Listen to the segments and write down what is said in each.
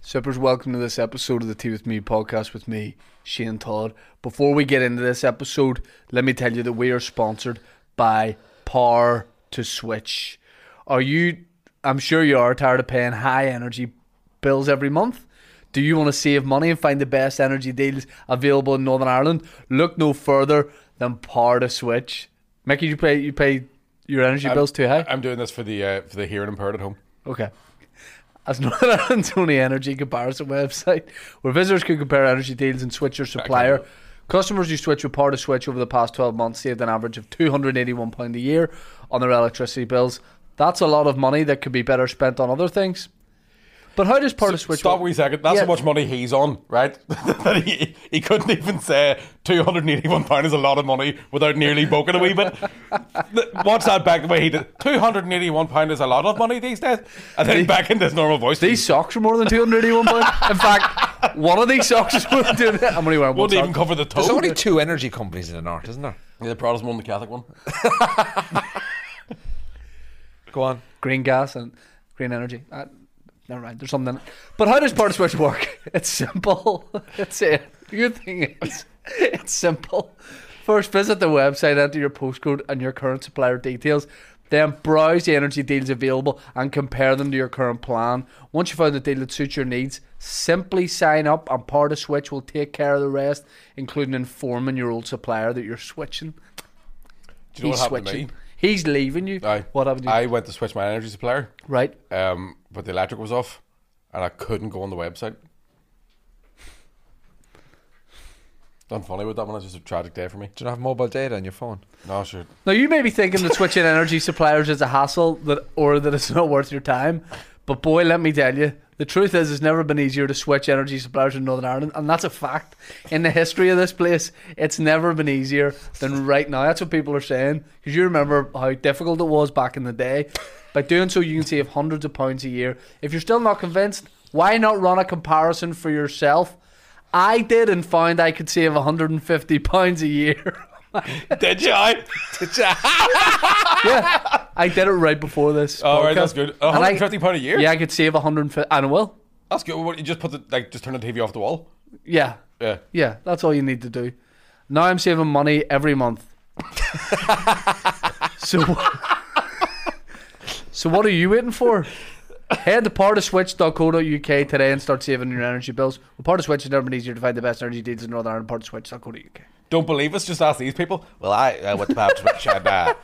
Sippers, welcome to this episode of the Tea With Me podcast with me, Shane Todd. Before we get into this episode, let me tell you that we are sponsored by Power to Switch. Are you, I'm sure you are, tired of paying high energy bills every month? Do you want to save money and find the best energy deals available in Northern Ireland? Look no further than Power to Switch. Mickey, you pay you pay your energy bills too high? I'm doing this for the uh, for the hearing impaired at home. Okay. As Northern Ireland's only energy comparison website, where visitors can compare energy deals and switch your supplier. Customers who switch with Power to Switch over the past 12 months saved an average of £281 a year on their electricity bills. That's a lot of money that could be better spent on other things. But how does Power to Switch Stop work? a wee second. That's Yeah. how much money he's on, right? that he, he couldn't even say two hundred and eighty one pound is a lot of money without nearly boking a wee bit. Th- Watch that back the way he did. Two hundred and eighty one pound is a lot of money these days. And then back into his normal voice. These socks are more than £281. In fact, one of these socks is more than £281. I'm only wearing one won't even sock. cover the toe. There's only two energy companies in the north, isn't there? Yeah, the Protestant one, the Catholic one. Go on. green gas and green energy. Uh, never mind, there's something. In it. But how does part switch work? It's simple. It's it. The good thing is, it's simple. First, visit the website, enter your postcode and your current supplier details. Then browse the energy deals available and compare them to your current plan. Once you find the deal that suits your needs, simply sign up and part of switch will take care of the rest, including informing your old supplier that you're switching. Do you know He's what happened switching. to me? He's leaving you. I, what happened to you? I went to switch my energy supplier, right. um, but the electric was off, and I couldn't go on the website. Done funny with that one. It's just a tragic day for me. Do you not have mobile data on your phone? No, sure. Now you may be thinking that switching energy suppliers is a hassle that or that it's not worth your time. But boy, let me tell you, the truth is it's never been easier to switch energy suppliers in Northern Ireland, and that's a fact. In the history of this place, it's never been easier than right now. That's what people are saying. Because you remember how difficult it was back in the day. By doing so you can save hundreds of pounds a year. If you're still not convinced, why not run a comparison for yourself? I did and found I could save £150 a year. Did you? I? yeah, I did it right before this. Oh, right, podcast. that's good. And I- 150 pound a year. Yeah, I could save 150. And I will. that's good. What, you just put the like, just turn the TV off the wall. Yeah, Yeah, yeah, that's all you need to do. Now I'm saving money every month. so, so what are you waiting for? Head to partoswitch.co.uk today and start saving your energy bills. With Part of Switch, it's never been easier to find the best energy deals in Northern Ireland. Partoswitch.co.uk. don't believe us. Just ask these people. Well, I uh, went to Power to Switch and uh,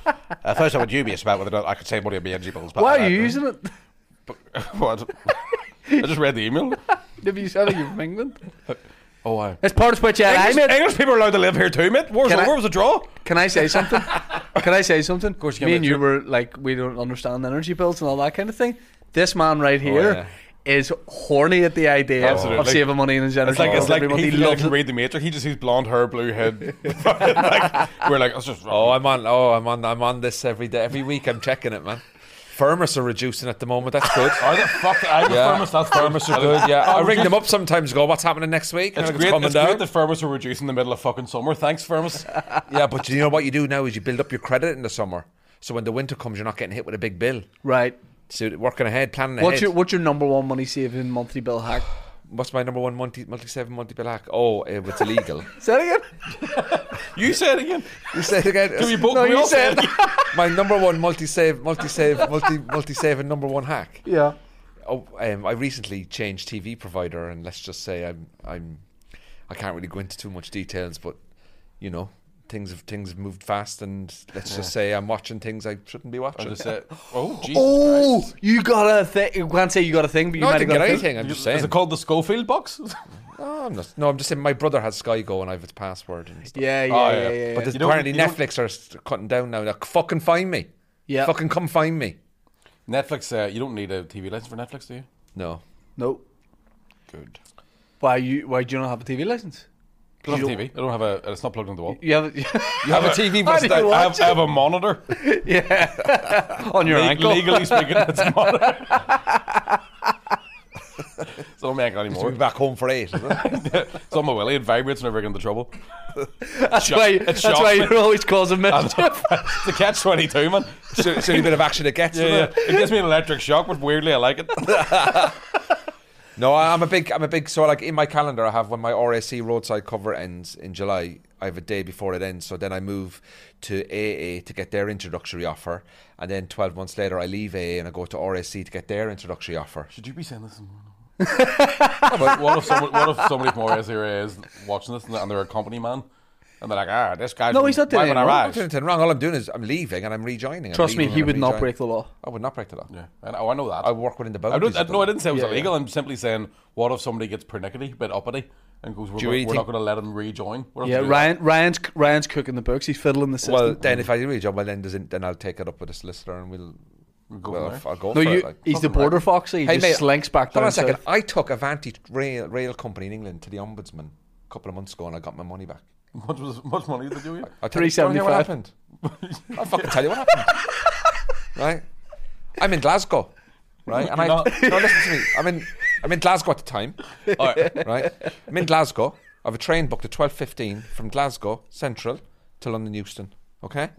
uh, first I went dubious about whether or not I could save money on my energy bills. But Why uh, are you using it? What? I just read the email. Have you said you from England? Oh, I. It's Part of Switch. yeah, I English, made- English people are allowed to live here too, mate. War's Can I- over. It was a draw. Can I say something? can I say something? Of course you can, Me and but you sure. were like, we don't understand energy bills and all that kind of thing. This man right here is horny at the idea of Oh, Absolutely. saving money in his energy It's like bills it's like every month. he, He like, loves can it. read the Matrix. He just sees blonde hair, blue head. like, we're like, that's just Oh, I'm on. Oh, I'm on. I'm on this every day, every week. I'm checking it, man. Firmus are reducing at the moment. That's good. Are they Oh, fuck? I Yeah. yeah. That's Firmus are good. Yeah, I ring reduce- them up sometimes. Go, what's happening next week? And It's I go, Oh, great. coming It's down. great that Firmus are reducing in the middle of fucking summer. Thanks, Firmus. yeah, but you know what you do now is you build up your credit in the summer, so when the winter comes, you're not getting hit with a big bill. Right. So working ahead, planning ahead. What's your what's your number one money saving monthly bill hack? What's my number one multi multi seven multi bill hack? Oh, eh, it's illegal. Say it again. You said it again. you said again. Can we both? No, we you all said- it. my number one multi save multi save multi multi save and number one hack. Yeah. Oh, um, I recently changed TV provider, and let's just say I'm I'm I can't really go into too much details, but you know things have things have moved fast, and let's just say I'm watching things I shouldn't be I watching. just said, oh, Jesus Oh, Christ. you got a thing. You can't say you got a thing, but you no, might I have didn't got get a thing. anything. I'm just saying. Is it called the Schofield box? no, I'm not, no, I'm just saying my brother has Sky Go, and I have its password and stuff. Yeah, yeah, Oh, yeah, yeah. yeah. yeah. But there's You don't- apparently you don't- Netflix are st- cutting down now. Like, fucking find me. Yeah. Fucking come find me. Netflix, uh, you don't need a TV license for Netflix, do you? No. no. Good. Why you? Why do you not have a TV license? I don't have a TV. I don't have a. It's not plugged into the wall. You have. You have a TV, How but do it's you not- I have, watch I have a monitor. yeah. On your Le- ankle. Legally speaking, it's a monitor. it's on my ankle we'll anymore. be back home for eight. isn't it? It's on my willy. It vibrates whenever I get into trouble. That's Shock- why. it That's shocked why me. you're always causing mischief. It's a catch 22, man. so, so a bit of action it gets. Yeah, isn't yeah. it? It gives me an electric shock, but weirdly, I like it. No, I- I'm a big, I'm a big. So like in my calendar, I have when my RSC roadside cover ends in July. I have a day before it ends, so then I move to AA to get their introductory offer, and then 12 months later I leave AA and I go to RSC to get their introductory offer. Should you be saying this? but what if someone, what if somebody from RSA is watching this and they're- and they're a company man, and they're like, ah, this guy. No, he's not doing Why would I it. I'm not rise? doing anything wrong. All I'm doing is I'm leaving and I'm rejoining. I'm Trust me, leaving he and would I'm not rejoining. break the law. I would not break the law. Yeah, I know, I know that. I work within the I boundaries. don't, I, of the no, law. I didn't say it was Yeah, illegal. I'm simply saying, what if somebody gets pernickety, bit uppity, and goes, we're, Do you gonna- really we're not think- going to let him rejoin? What if Yeah, they do Ryan, Ryan's Ryan's cooking the books. He's fiddling the system. Well, then if I do rejoin, well then doesn't then I'll take it up with the solicitor and we'll. that? Go Well, from I'll go no, for you, it. Like. he's the Fucking right. border foxy. He Hey, just mate, slinks back Hold down. on a second. south. I took a Vantage rail, rail company in England to the ombudsman a couple of months ago, and I got my money back. there. Much, was- much money did you? I tell you- do you wanna hear What happened? Oh, I'll fucking tell you what happened. right? I'm in Glasgow. Right? And I You're no, not. listen to me. I'm in I'm in Glasgow at the time. All right, right? I'm in Glasgow. I have a train booked at twelve fifteen from Glasgow Central to London Euston. Okay?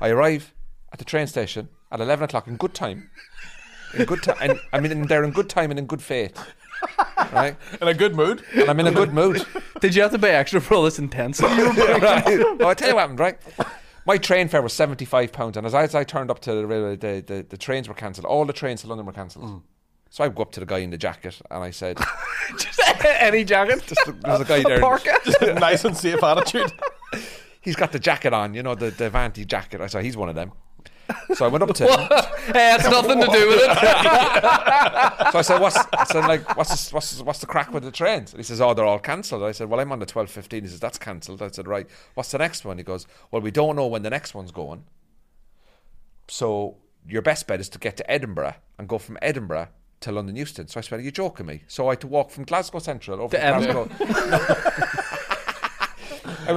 I arrive at the train station at eleven o'clock in good time. In good time and I mean in there in good time and in good faith. Right? In a good mood. And I'm in a good mood. Did you have to pay extra for all this intense? well, I tell you what happened, right? My train fare was seventy five pounds, and as I, as I turned up to the railway, the, the, the trains were cancelled. All the trains to London were cancelled. So I go up to the guy in the jacket, and I said, Just any jacket. "There's a guy there. Parka. Just a nice and safe attitude. He's got the jacket on, you know, the the Vanti jacket." I said, "He's one of them." So I went up to him. hey, that's nothing to do with it. So I said, "What's?" I said, "Like, what's this, what's this- what's the crack with the trains?" And he says, "Oh, they're all cancelled." I said, "Well, I'm on the twelve fifteen. He says, "That's cancelled." I said, "Right, what's the next one?" He goes, "Well, we don't know when the next one's going." So your best bet is to get to Edinburgh and go from Edinburgh to London Euston. So I said, "Are you joking me?" So I had to walk from Glasgow Central over to, Edinburgh. Glasgow.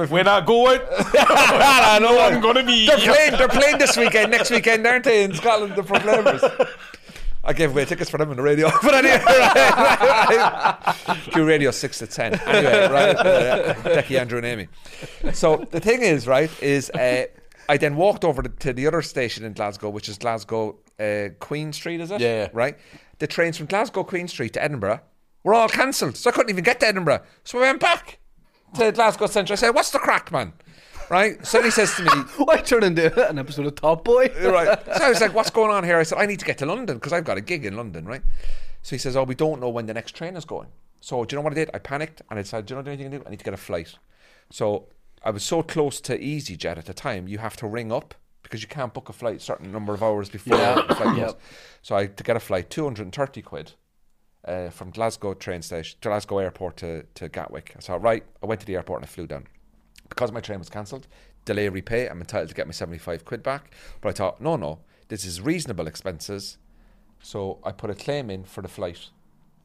We're not going. I know I'm going to be. they're playing. They're playing this weekend, next weekend, aren't they? In Scotland, the Proclaimers. I gave away tickets for them on the radio, but anyway, right, right. Q Radio six to ten. Anyway, right, uh, Decky, Andrew, and Amy. So the thing is, right, is uh, I then walked over to the other station in Glasgow, which is Glasgow uh, Queen Street, is it? Yeah. Right. The trains from Glasgow Queen Street to Edinburgh were all cancelled, so I couldn't even get to Edinburgh. So I went back to Glasgow Central. I said, "What's the crack, man?" Right. So he says to me, Why turn into an episode of Top Boy? right. So I was like, what's going on here? I said, I need to get to London because I've got a gig in London, right? So he says, oh, we don't know when the next train is going. So do you know what I did? I panicked and I decided, do you know what I need to do? I need to get a flight. So I was so close to EasyJet at the time, you have to ring up because you can't book a flight a certain number of hours before the flight goes. Yep. So I had to get a flight, 230 quid. Uh, from Glasgow train station, Glasgow airport to, to Gatwick. I thought, right, I went to the airport and I flew down because my train was cancelled, delay repay, I'm entitled to get my 75 quid back. But I thought, no, no, this is reasonable expenses. So I put a claim in for the flight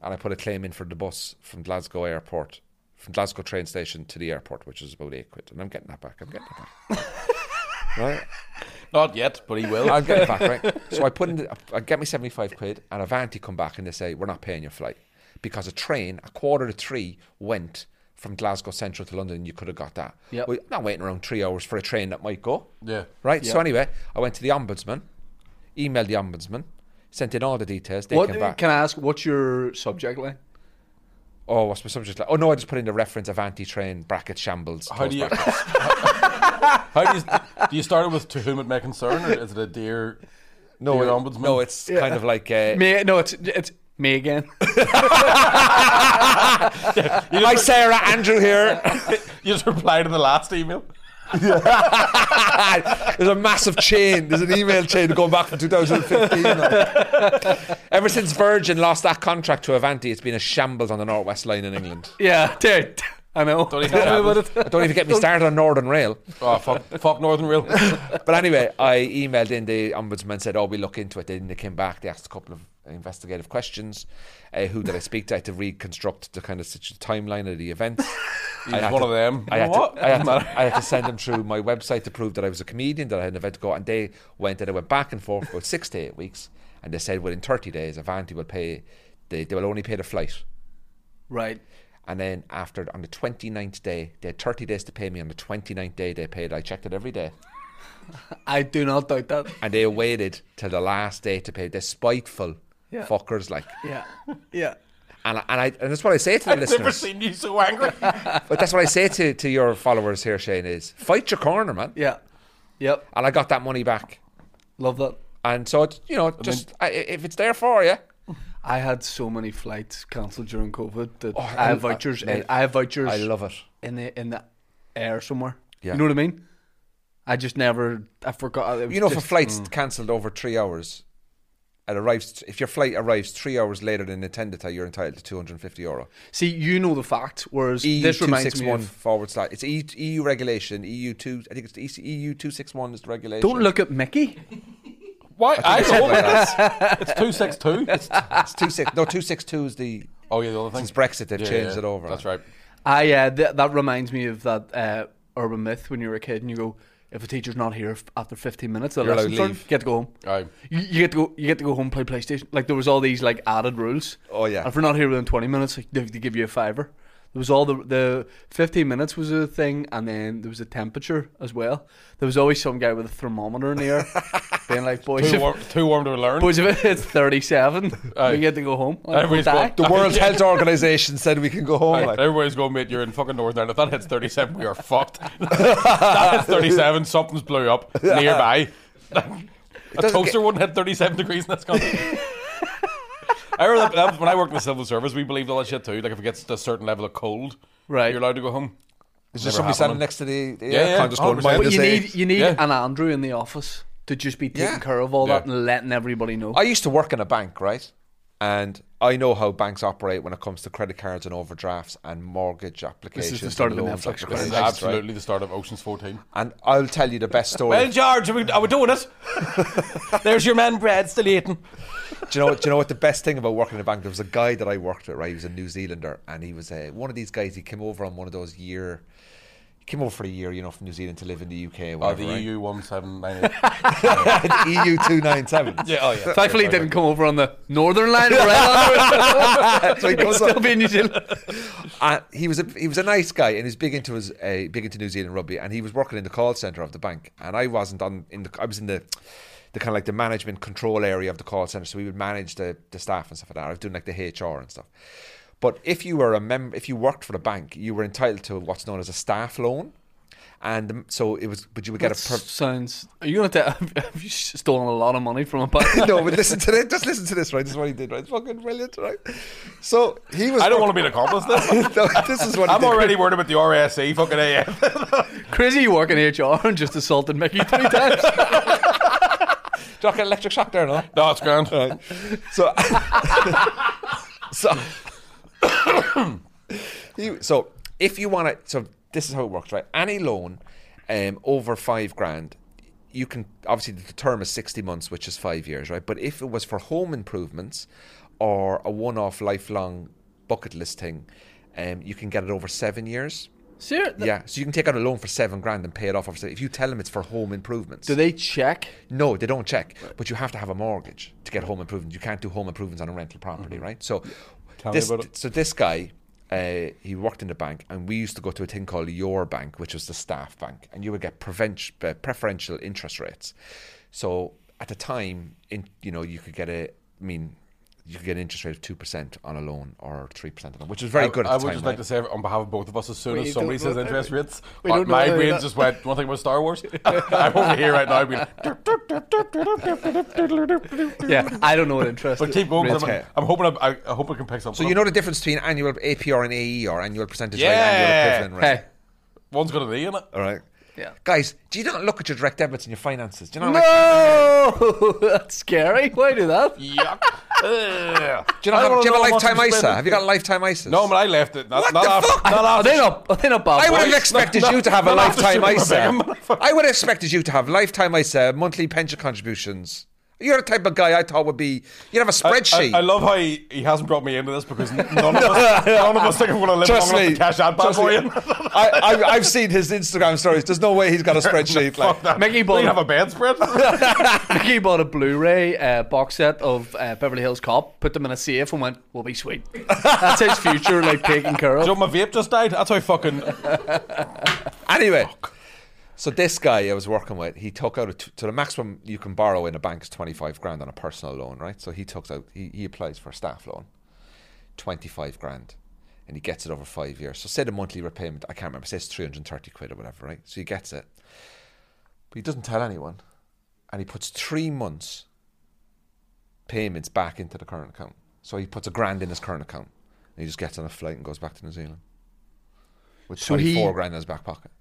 and I put a claim in for the bus from Glasgow airport, from Glasgow train station to the airport, which is about eight quid. And I'm getting that back. I'm getting that back. right? Not yet, but he will. I'll get it back, right? So I put in, the, I get my 75 quid and Avanti come back and they say, we're not paying your flight because a train, a quarter to three, went from Glasgow Central to London and you could have got that. Yep. Well, I'm not waiting around three hours for a train that might go. Yeah. Right? So anyway, I went to the Ombudsman, emailed the Ombudsman, sent in all the details, they What came back. can I ask? What's your subject line? oh, what's my subject like? Oh no, I just put in the reference Avanti train, bracket shambles. How close do you? bracket. How do you? Do you start it with to whom it may concern, or is it a dear? no, dear it- ombudsman? no, it's kind of like uh, Me? No, it's it's me again. Hi Sarah, Andrew here. You just reply to the last email. There's a massive chain. There's an email chain going back from 2015. like. Ever since Virgin lost that contract to Avanti, it's been a shambles on the Northwest line in England. yeah, dude. I know. Don't even Tell me have about it. Don't even get me started on Northern Rail. Oh fuck! fuck Northern Rail. But anyway, I emailed in the ombudsman, said, "Oh, we look into it." Then they came back. They asked a couple of investigative questions. Uh, who did I speak to? I had to reconstruct the kind of such timeline of the event. I He's had one to- of them. I had, to, what? I, had to, I had to send them through my website to prove that I was a comedian, that I had an event to go, and they went and I went back and forth for about six to eight weeks, and they said within thirty days, Avanti will pay, they, they will only pay the flight, Right. and then after on the 29th day, they had thirty days to pay me. On the 29th day, they paid. I checked it every day, I do not doubt that. and they waited till the last day to pay. They're spiteful Yeah. fuckers, like. Yeah. Yeah. And I, and I and that's what I say to the I've never listeners. seen you so angry. But that's what I say to, to your followers here, Shane, is fight your corner, man. Yeah. Yep. And I got that money back. Love that. And so, it, you know, just I, if it's there for you, I had so many flights cancelled during COVID that Oh, I- I have vouchers. I- mate, I have vouchers. I love it. in the in the air somewhere. Yeah. You know what I mean? I just never. I forgot. It was You know, for just, flights cancelled over three hours, it arrives. If your flight arrives three hours later than intended, you're entitled to 250 euro. see, you know the fact. Whereas EU this E two reminds six me one of. forward slash. It's EU, EU regulation. EU two. I think it's E the EC EU two six one is the regulation. Don't look at Mickey. Why? I, It's something know like that. it's two six two. It's two six. No, two six two is the. Oh yeah, the other thing. Since Brexit, they've Yeah, changed yeah, it over. That's right. I uh, th- that reminds me of that uh, urban myth when you were a kid and you go, if a teacher's not here f- after fifteen minutes, the You're allowed lesson's to done. You leave. get to go home. Aye. You, you get to go. You get to go home play PlayStation. Like there was all these like added rules. Oh, yeah. And if we're not here within twenty minutes, like, they, they give you a fiver. There was all the the fifteen minutes was a thing, and then there was a temperature as well. There was always some guy with a thermometer in the air, being like, "Boys, Too if, warm, too warm to learn. boys, if it's thirty-seven, Aye. we get to go home." Like, we'll Everybody's die. got- The World Health Organization said we can go home. Right, like. Everybody's going, mate, you're in fucking Northern Ireland. If that hits 37, we are fucked. that hits 37, something's blew up nearby. a doesn't toaster wouldn't hit 37 degrees in this country. I remember that, that was when I worked in the civil service, we believed all that shit too. Like, if it gets to a certain level of cold, Right. you're allowed to go home. Is there Never somebody standing happening. next to the, the Yeah, aircon yeah, just going, mind But 100%. this you age? need you need Yeah. an Andrew in the office to just be taking Yeah. care of all that Yeah. and letting everybody know. I used to work in a bank, right? And I know how banks operate when it comes to credit cards and overdrafts and mortgage applications. start and of the loans Netflix This applications, is craze. right? absolutely the start of Ocean's 14. And I'll tell you the best story. Well, in charge, are we, are we doing it? There's your man, Brad, still eating. do you know? Do you know what the best thing about working in a bank? There was a guy that I worked with, right? He was a New Zealander, and he was uh, one of these guys. He came over on one of those year. He came over for a year, you know, from New Zealand to live in the UK. Or Oh, whatever, the E right? EU 1798. EU two nine seven. yeah, oh, yeah. Thankfully, he Sorry, didn't come over on the northern line. Or right on So he it. goes still up, be in New Zealand. and he was a he was a nice guy, and he was big into his uh, big into New Zealand rugby, and he was working in the call center of the bank, and I wasn't on in the I was in the the kind of like the management control area of the call center, so we would manage the the staff and stuff like that. I was doing like the HR and stuff. But if you were a member, if you worked for the bank, you were entitled to what's known as a staff loan, and um, so it was. But you would get a per- Sounds. Are you gonna tell? Have you stolen a lot of money from a bank? no. But listen to this. Just listen to this. Right, this is what he did. Right, it's fucking brilliant. Right. So he was. I don't want to be an accomplice. This. to. no, this is what he I'm did. already worried about the RSE fucking AF. Crazy, you work in HR and just assaulted Mickey three times. Do you not get electric shock there, no? No, it's grand. So, so, you, so if you want to, so this is how it works, right? Any loan um, over five grand, you can obviously the term is sixty months, which is five years, right? But if it was for home improvements or a one-off lifelong bucket list thing, um, you can get it over seven years. Seriously? Yeah, so you can take out a loan for seven grand and pay it off. Obviously, if you tell them it's for home improvements, Do they check? no, they don't check, but you have to have a mortgage to get home improvements. You can't do home improvements on a rental property, right? So, Mm-hmm. me this, about it. so this guy, uh, he worked in the bank, and we used to go to a thing called Your Bank, which was the staff bank, and you would get prevent- uh, preferential interest rates. So at the time, in you know, you could get a, I mean, you could get an interest rate of two percent on a loan or three percent on a loan, which was very I, good at I the would time. just right? like to say, on behalf of both of us, as soon We as somebody don't says know interest rates, we my- don't know my whether brain that- just went, one thing about Star Wars. I'm over here right now. I'd be like, Yeah, I don't know what interest. but keep going. 'cause I'm, Okay. I'm hoping I, I, I hope I can pick something. so you know the difference between annual APR and AER, annual percentage rate, Yeah. annual equivalent rate. Hey, one's got an E in it. All right. Yeah. Guys, do you not look at your direct debits and your finances? Do you not like no, that's scary. Why do that? Yuck. Ugh. Do you, not I have, don't do you know have a how much lifetime I'm ISA? spending. Have you got lifetime ISA? No, but I left it. Not, What not the after, fuck? Not Are after, they not? Are they not bad I would have boys? expected no, you to have a no, after lifetime Super ISA. Rebecca, motherfucker. I would have expected you to have lifetime ISA, monthly pension contributions. You're the type of guy I thought would be. You'd have a spreadsheet. I, I love how he, he hasn't brought me into this because none of us, none of us think I'm going to live Trust long enough me. to cash out bad Trust for me. you. I, I've, I've seen his Instagram stories. There's no way he's got a spreadsheet. like, Mickey Do you have Ball. a bedspread? Mickey bought a Blu-ray uh, box set of uh, Beverly Hills Cop, put them in a safe, and went, "We'll be sweet." That's his future, like taken care Joe, of. my vape just died. That's how fucking. uh, Anyway, so this guy I was working with, he took out a t- to the maximum you can borrow in a bank is twenty five grand on a personal loan, right? So he took out he, he applies for a staff loan. 25 grand and he gets it over five years. So say the monthly repayment, I can't remember, say it's 330 quid or whatever, right? So he gets it. But he doesn't tell anyone and he puts three months payments back into the current account. So he puts a grand in his current account and he just gets on a flight and goes back to New Zealand. With So he- 24 grand in his back pocket.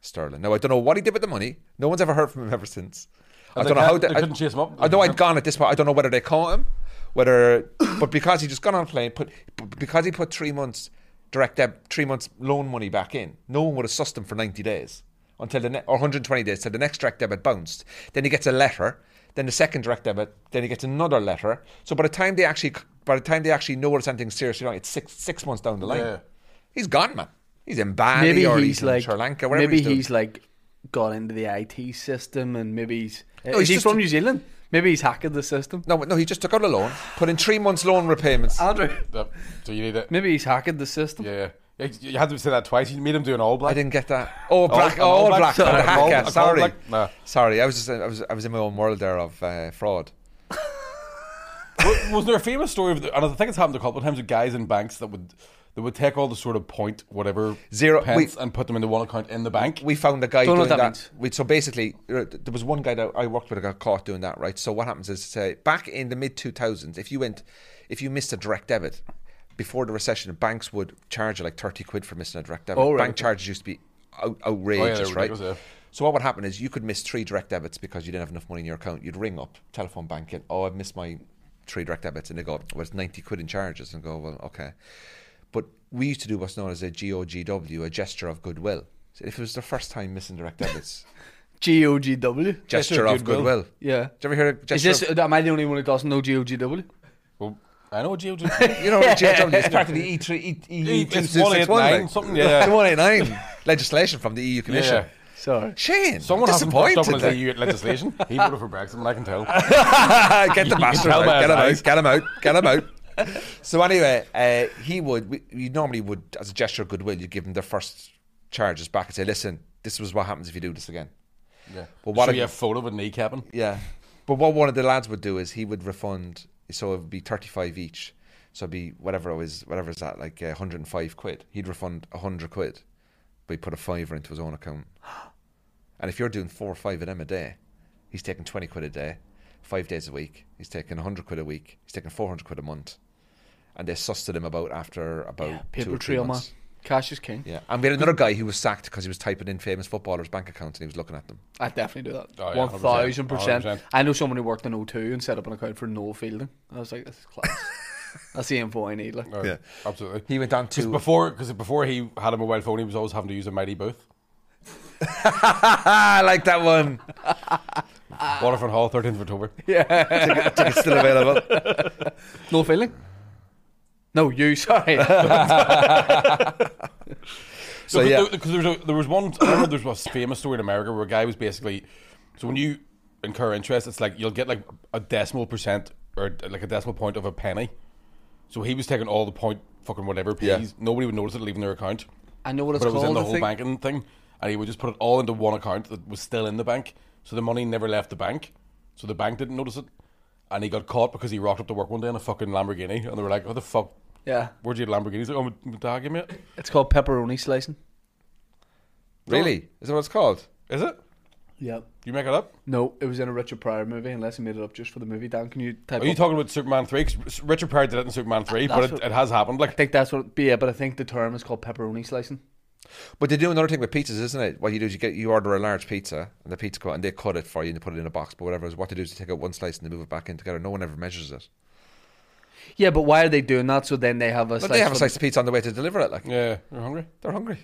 Sterling. Now I don't know what he did with the money. No one's ever heard from him ever since. I And don't they know how can't- they I- couldn't chase him up. I know I'd gone at this point. I don't know whether they caught him, whether, but because he just got on a plane, put but because he put three months direct debit, three months loan money back in. No one would have sussed him for ninety days until the ne- or 120 days till the next direct debit bounced. Then he gets a letter. Then the second direct debit. Then he gets another letter. So by the time they actually, by the time they actually know there's something seriously wrong, it's six six months down the line. Yeah. He's gone, man. He's in Bali maybe or he's, he's, in like Sri Lanka. Wherever maybe he's, doing. he's like got into the IT system and maybe he's No, is he's he just from a- New Zealand? Maybe he's hacking the system. no, no. He just took out a loan, put in three months loan repayments. Andrew, Yep. So you need it. maybe he's hacking the system. Yeah, yeah. You- You had to say that twice. You made him do an all I black. didn't get that. Oh, black, an oh, all all black black, shirt, oh, an all- hacker, an all Sorry, black- no. sorry. I was just, I was, I was in my own world there of uh, fraud. Wa- was there a famous story of, the, and I think it's happened a couple of times with guys in banks that would that would take all the sort of point whatever Zero- pence we- and put them into one account in the bank. We found a guy Don't know doing what that. that means. We, so basically, uh, there was one guy that I worked with that got caught doing that. Right. So what happens is, say, back in the mid two thousands, if you went, if you missed a direct debit before the recession, banks would charge you like thirty quid for missing a direct debit. Oh, right. Bank charges used to be out, outrageous, they were right? ridiculous, Oh, yeah. So what would happen is you could miss three direct debits because you didn't have enough money in your account. You'd ring up telephone banking. Oh, I've missed my three direct debits, and they go, "Well, it's ninety quid in charges," and go, "Well, okay." But we used to do what's known as a GOGW, a gesture of goodwill. So if it was their first time missing direct debits, G O G W. gesture, of of goodwill. goodwill. Yeah. Did you ever hear a gesture? Is this of, am I the only one who doesn't know G O G W? Well, I know what you do. you know, GOGW is part of the E three E E two It's six one eight nine one something. Yeah, yeah. one eight nine legislation from the EU Commission. yeah. Sorry. Shane, Someone Someone hasn't touched up on disappointed. his there. EU legislation. He voted for Brexit, and I can tell. get the can bastard tell out. by Get him, his out. get him out. Get him out. So anyway, uh, he would. We, you normally would, as a gesture of goodwill, you give him their first charges back and say, "Listen, this was what happens if you do this again." Yeah. But what so a- you have photo with kneecapping. Yeah. But what one of the lads would do is he would refund, so it would be 35 each. So it'd be whatever it was, whatever it's at, like uh, 105 quid. He'd refund 100 quid, but he put a fiver into his own account. And if you're doing four or five of them a day, he's taking 20 quid a day, five days a week. He's taking 100 quid a week. He's taking 400 quid a month. And they sussed at him about after about two Paper or three trail man. months. Cash is king. Yeah. And we had another guy who was sacked because he was typing in famous footballers' bank accounts and he was looking at them. I definitely do that. Oh, yeah, One thousand 100%. percent. 100%. I know someone who worked in O2 and set up an account for no fielding. I was like, this is class. That's the info I need. Like, Right, Yeah. absolutely. He went on Because to. before, because before he had a mobile phone, he was always having to use a mighty booth. I like that one. Waterfront Hall, 13th of October. It's still available. no fielding. No, you. Sorry. So, yeah. because there, was a- there was one. I remember there was a famous story in America where a guy was basically. So when you incur interest, it's like you'll get like a decimal percent or like a decimal point of a penny. So he was taking all the point fucking whatever Yeah. pennies. Nobody would notice it leaving their account. I know what it's but it was called. in the I whole think. banking thing, and he would just put it all into one account that was still in the bank. So the money never left the bank, so the bank didn't notice it, and he got caught because he rocked up to work one day in a fucking Lamborghini, and they were like, "What the fuck? Yeah, Where'd you get Lamborghinis?" He's like, "Oh, my, my dad gave me it." it's called pepperoni slicing. Really? Is that what it's called? Is it? Yep. You make it up? No, it was in a Richard Pryor movie. Unless he made it up just for the movie. Dan, can you type? Are you up- talking about Superman three? 'Cause Richard Pryor did it in Superman three, That's but it, what- it has happened. I Like, think that's what. Yeah, but I think the term is called pepperoni slicing. But they do another thing with pizzas, isn't it? What you do is you get you order a large pizza and the pizza come out and they cut it for you and they put it in a box. But whatever it is, what they do is they take out one slice and they move it back in together. No one ever measures it. Yeah, but why are they doing that? So then they have a. But slice they have a for- slice of pizza on the way to deliver it. Like yeah, you're hungry. they're hungry.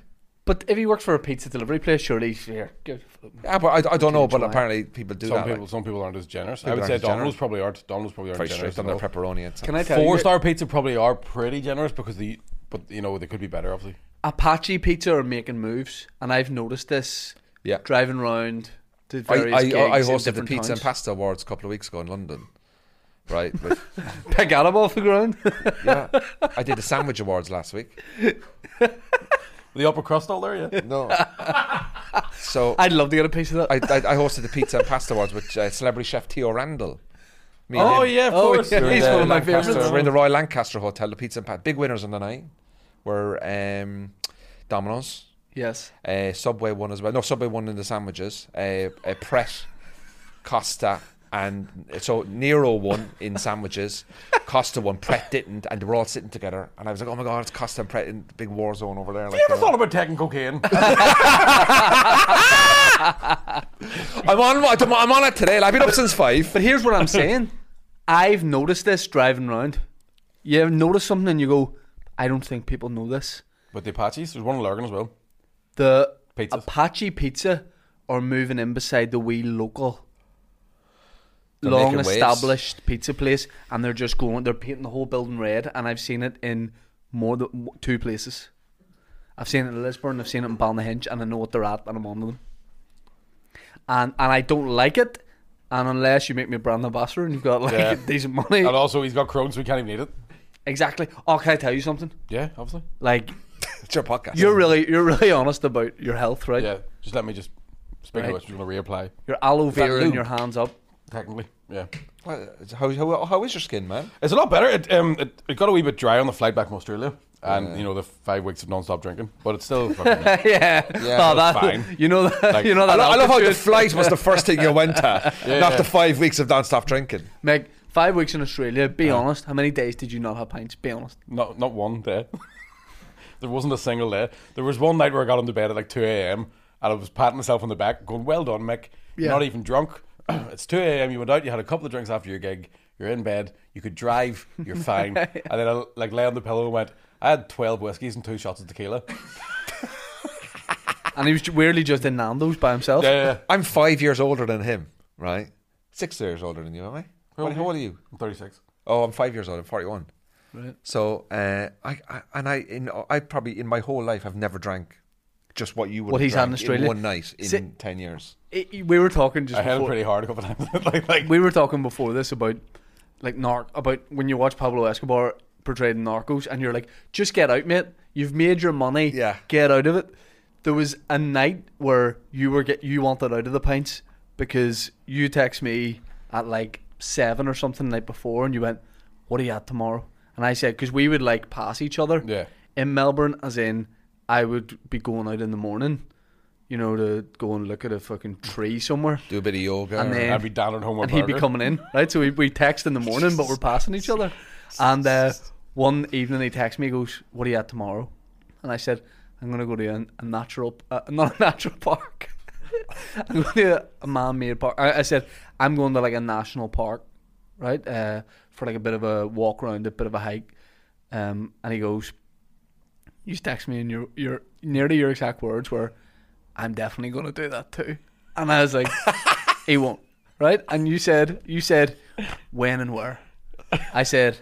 But if he worked for a pizza delivery place, surely he's here. Good. Yeah, but I, I don't know. But Enjoy. apparently Mm. people do some that. people, like, some people aren't as generous. I People would say aren't as generous. Domino's probably aren't. Domino's probably aren't very generous. strict on their enough. pepperoni and Can stuff. I tell Four you? star pizza probably are pretty generous because the, but you know they could be better, obviously. Apache Pizza are making moves, and I've noticed this Yeah. driving round to I, various I, gigs I in hosted the different Pizza towns. and Pasta Awards a couple of weeks ago in London. Right. But, Pick Adam off the ground. yeah. I did the Sandwich Awards last week. The upper crust all there, yeah. No. So I'd love to get a piece of that. I, I, I hosted the Pizza and Pasta Awards with uh, celebrity chef Theo Randall. Me and Oh him. yeah, of Oh, course. yeah, You're he's the one of my Lancaster- favourites. We're in the Royal Lancaster Hotel, the pizza and pat. Big winners on the night were um, Domino's, Yes. uh, Subway won as well. No, Subway won in the sandwiches. Uh, uh, Pret, Costa, and uh, so Nero won in sandwiches. Costa won, Pret didn't, and they were all sitting together. And I was like, oh my god, it's Costa and Pret in the big war zone over there. Like, You ever they're- thought about taking cocaine? I'm on, I'm on it today. I've been up since five. But here's what I'm saying. I've noticed this driving around. You ever notice something and you go, I don't think people know this. With the Apaches, there's one in Lurgan as well. The Pizzas. Apache Pizza are moving in beside the wee local, They're making long waves. established pizza place, and they're just going. They're painting the whole building red, and I've seen it in more than w- two places. I've seen it in Lisburn, I've seen it in Balnahinch, and I know what they're at, and I'm on them. And and I don't like it, and unless you make me a brand ambassador and you've got like Yeah. decent money, And also, he's got Crohn's, so he can't even eat it. exactly. Oh, can I tell you something? Yeah, obviously. Like It's your podcast. you're really you're really honest about your health, right? Yeah, just let me just. Speaking Right. of which, we're going to reapply. Your aloe that vera and lube? your hands up. Technically, yeah. Well, it's- how, how, how is your skin, man? It's a lot better. It, um, it, it got a wee bit dry on the flight back from Australia, and Yeah. you know the five weeks of non-stop drinking, but it's still. Fucking, yeah. Yeah, oh, that, fine. You know that. Like, you know I, that. lo- I love how the altitude. flight was the first thing you went to Yeah, yeah. after five weeks of non-stop drinking. Meg, five weeks in Australia. Be honest. How many days did you not have pints? Be honest. not not one day. there wasn't a single day. There was one night where I got into bed at like two a.m. and I was patting myself on the back, going, "Well done, Mick. You're Yeah. not even drunk. it's two a.m. You went out. You had a couple of drinks after your gig. You're in bed. You could drive. You're fine." and then I like lay on the pillow and went, "I had twelve whiskeys and two shots of tequila." And he was ju- weirdly just in Nando's by himself. yeah, yeah, yeah. I'm five years older than him, right? Six years older than you, am I? How old What, are how you? old are you? I'm thirty-six. Oh, I'm five years old. I'm 41. Right. So, uh, I, I and I in I probably in my whole life have never drank just what you would. What have he's had in drank Australia? one night in Si- ten years. It- we were talking just. I had it before- pretty hard a couple of times. like, like we were talking before this about like narc about when you watch Pablo Escobar portrayed in Narcos and you're like, just get out, mate. You've made your money. Yeah. Get out of it. There was a night where you were get you wanted out of the pints because you text me at like seven or something the night before and you went, What are you at tomorrow? And I said, because we would like pass each other Yeah. in Melbourne, as in I would be going out in the morning, you know, to go and look at a fucking tree somewhere Do a bit of yoga. And or- then- I'd be down at home with and he'd be burger. coming in, right? So we, we text in the morning, but we're passing each other. And uh, one evening he texts me, he goes, "What are you at tomorrow?" And I said, "I'm gonna go to a, a natural, uh, not a natural park. I'm going to a man-made park." I, I said, "I'm going to like a national park, right? Uh, for like a bit of a walk around, a bit of a hike." Um, and he goes, "You text me, and your your nearly your exact words were, "I'm definitely gonna do that too." And I was like, "He won't." right? And you said you said when and where. I said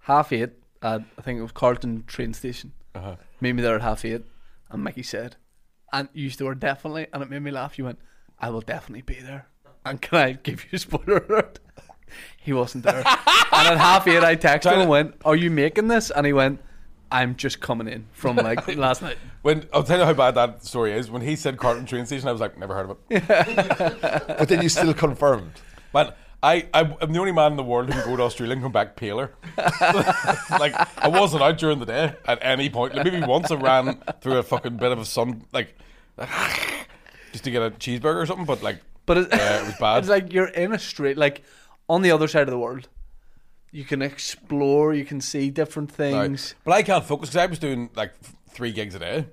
half eight. At, I think it was Carlton train station. Uh-huh. Meet me there at half eight. And Mickey said, and you used the word definitely, and it made me laugh. You went, I will definitely be there. And can I give you a spoiler alert? He wasn't there. and at half eight, I texted him and went, Are you making this? And he went, I'm just coming in from like last night. When I'll tell you how bad that story is. When he said Carlton train station, I was like, never heard of it. but then you still confirmed. Man, I, I, I'm the only man in the world who can go to Australia and come back paler. like, I wasn't out during the day at any point. Like, maybe once I ran through a fucking bit of a sun, like, just to get a cheeseburger or something, but like, But it, Yeah, it was bad. it's like you're in a street, like on the other side of the world. You can explore. You can see different like- things. but I can't focus because I was doing like f- three gigs a day,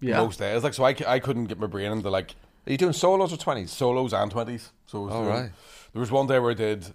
yeah. most days. Like, so I, c- I couldn't get my brain into like Are you doing solos or twenties? solos and 20s. So, I was All doing- Oh, right. there was one day where I did.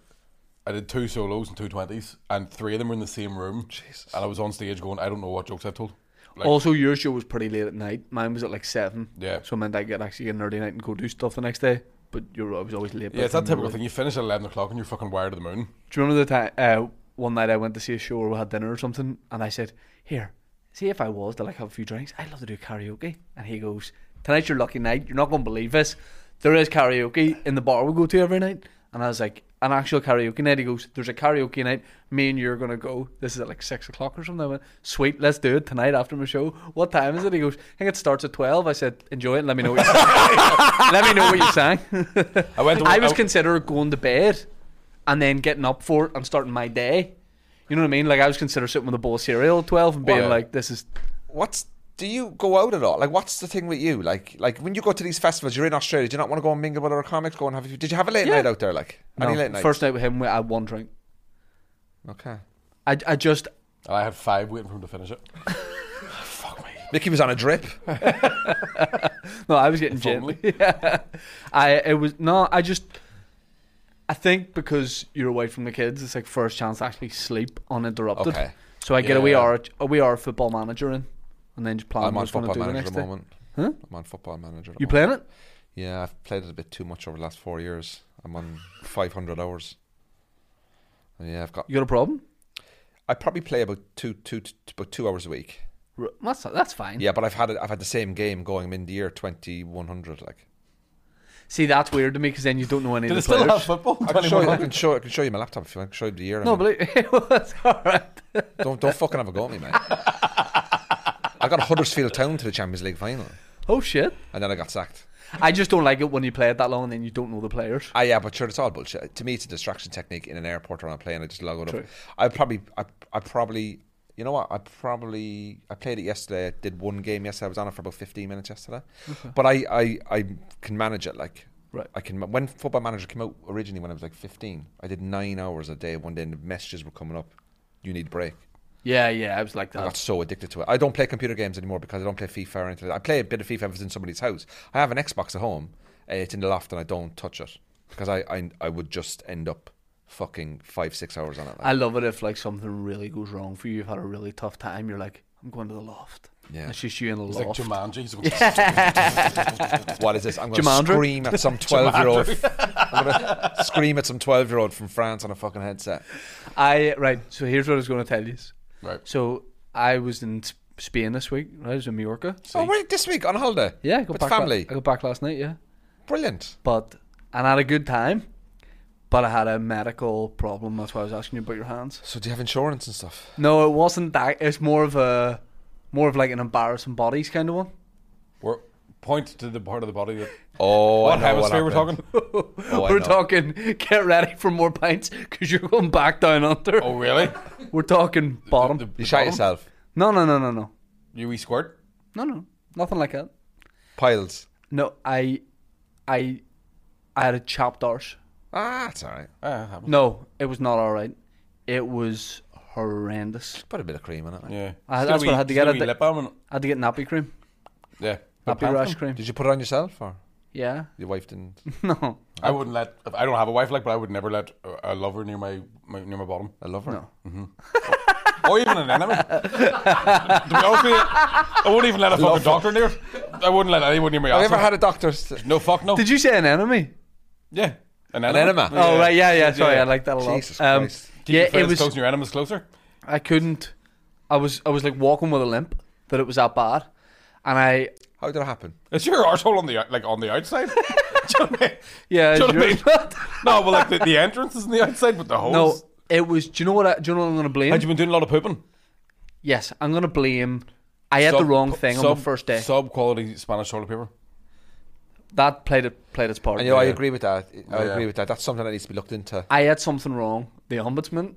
I did two solos and two twenties, and three of them were in the same room. Jesus. And I was on stage going, I don't know what jokes I've told. Like, also, your show was pretty late at night. Mine was at like seven. Yeah. So it meant I could actually get an early night and go do stuff the next day. But you're I was always late. by Yeah, it's the time that typical you were- thing. You finish at 11 o'clock and you're fucking wired to the moon. Do you remember the time? Uh, one night I went to see a show or we had dinner or something, and I said, "Here, see if I was to like have a few drinks. I'd love to do karaoke." And he goes, "Tonight's your lucky night. You're not going to believe this. There is karaoke in the bar we go to every night." And I was like, "An actual karaoke night?" He goes, "There's a karaoke night. Me and you're going to go. This is at like six o'clock or something." I went, "Sweet, let's do it tonight after my show. What time is it?" He goes, "I think it starts at 12. I said, "Enjoy it. And let me know. What you sang. let me know what you sang." I went. To I was I, considering going to bed and then getting up for it and starting my day. You know what I mean? Like I was considering sitting with a bowl of cereal at twelve and being Well- like, "This is What's do you go out at all? Like, what's the thing with you? Like, like when you go to these festivals, you're in Australia. Do you not want to go and mingle with other comics? Go and have a few. Did you have a late Yeah. night out there? Like, any No, late night? First night with him, we had one drink. Okay. I, I just And I had five waiting for him to finish it. Fuck me. Mickey was on a drip. no, I was getting If gin. only. Yeah. I it was no, I just I think because you're away from the kids, it's like first chance to actually sleep uninterrupted. Okay. So I get a wee Yeah. hour a wee hour football manager in, and then just plan I'm on what I going to football do the manager next at the day. moment. Huh? I'm on football manager. at the You moment. playing it? Yeah, I've played it a bit too much over the last four years. I'm on 500 hours. And yeah, I've got. You got a problem? I probably play about two, two, t- about two hours a week. R- That's that's fine. Yeah, but I've had it. I've had the same game going I'm in the year 2100. Like, See, that's weird to me because then you don't know any Did it of the still have players. football? I can, show you, I 2100? can show. I can show you my laptop if you want. I can show you the year. No, I'm in. but it was all right. don't don't fucking have a go at me, man. I got Huddersfield Town to the Champions League final, Oh shit! and then I got sacked. I just don't like it when you play it that long and then you don't know the players. Ah, yeah, but sure, it's all bullshit. To me, it's a distraction technique in an airport or on a plane. I just log it True. up. I probably, I, I probably, you know what? I probably, I played it yesterday. I did one game yesterday. I was on it for about fifteen minutes yesterday, but I, I, I can manage it. Like, Right. I can. ma- When Football Manager came out originally, when I was like fifteen, I did nine hours a day. One day, and the messages were coming up. You need a break. Yeah, yeah, I was like I got that. so addicted to it. I don't play computer games anymore because I don't play FIFA or anything. I play a bit of FIFA if it's in somebody's house. I have an Xbox at home. Uh, it's in the loft and I don't touch it because I, I I would just end up fucking five six hours on it. like. I love it if like something really goes wrong for you. You've had a really tough time. You're like, I'm going to the loft. Yeah. It's just you in the It's like loft. Jumanji. He's what is this? I'm going to Jamandra? scream at some twelve year old. I'm going to scream at some twelve year old from France on a fucking headset. I right. So here's what I was going to tell you. Right. So I was in S- Spain this week. Right, I was in Mallorca. Oh wait, this week on holiday. Yeah, I got With back. family. I got back last night. Yeah, Brilliant. but and I had a good time. But I had a medical problem. That's why I was asking you about your hands. So do you have insurance and stuff? No, it wasn't that. It's more of a, more of like an embarrassing bodies kind of one. We're, point to the part of the body that. Oh, what I know hemisphere we're what talking? happened. Oh, I We're know. talking. Get ready for more pints because you're going back down under. Oh, really? We're talking bottom. The- the You shot bottom? yourself. no, no, no, no, no, You wee squirt? no, no, nothing like that. Piles. No, I, I, I had a chopped arse. Ah, that's all right. Ah, it happened. No, it was not all right. It was horrendous. Put a bit of cream in it. like. Yeah. Ah, Just that's a what I wee- had to just get a at wee the- lip balm and- I had to get nappy cream, Yeah. nappy rash cream. Did you put it on yourself or Yeah, your wife didn't? no, I wouldn't let. I don't have a wife like, but I would never let a- a lover near my, my near my bottom, Mm-hmm. I love her. no. or even an enemy. to be honest with you, I wouldn't even let a fucking doctor near. it. I wouldn't let anyone near my. Have you ever asshole. had a doctor? s- No fuck no. Did you say an enemy? yeah, an An enema. enema. Oh right, yeah, yeah. Sorry, Yeah. I like that a lot. Um, Jesus Christ. Keep your yeah, it friends was. close and your enemies closer. I couldn't. I was. I was like walking with a limp. That it was that bad, and I. How did it happen? It's your arsehole on the out- like on the outside. Do you know what I mean? Yeah, Do you know what I you're- mean? no, but like the, the entrance is on the outside, but the holes. no, it was. Do you know what? I, do you know what I'm going to blame? Had you been doing a lot of pooping? Yes, I'm going to blame. I had the Sub- wrong thing on sub- the first day. Sub quality Spanish toilet paper. that played it played its part. And you know, I Yeah. agree with that. I Yeah. agree with that. That's something that needs to be looked into. I had something wrong. The ombudsman,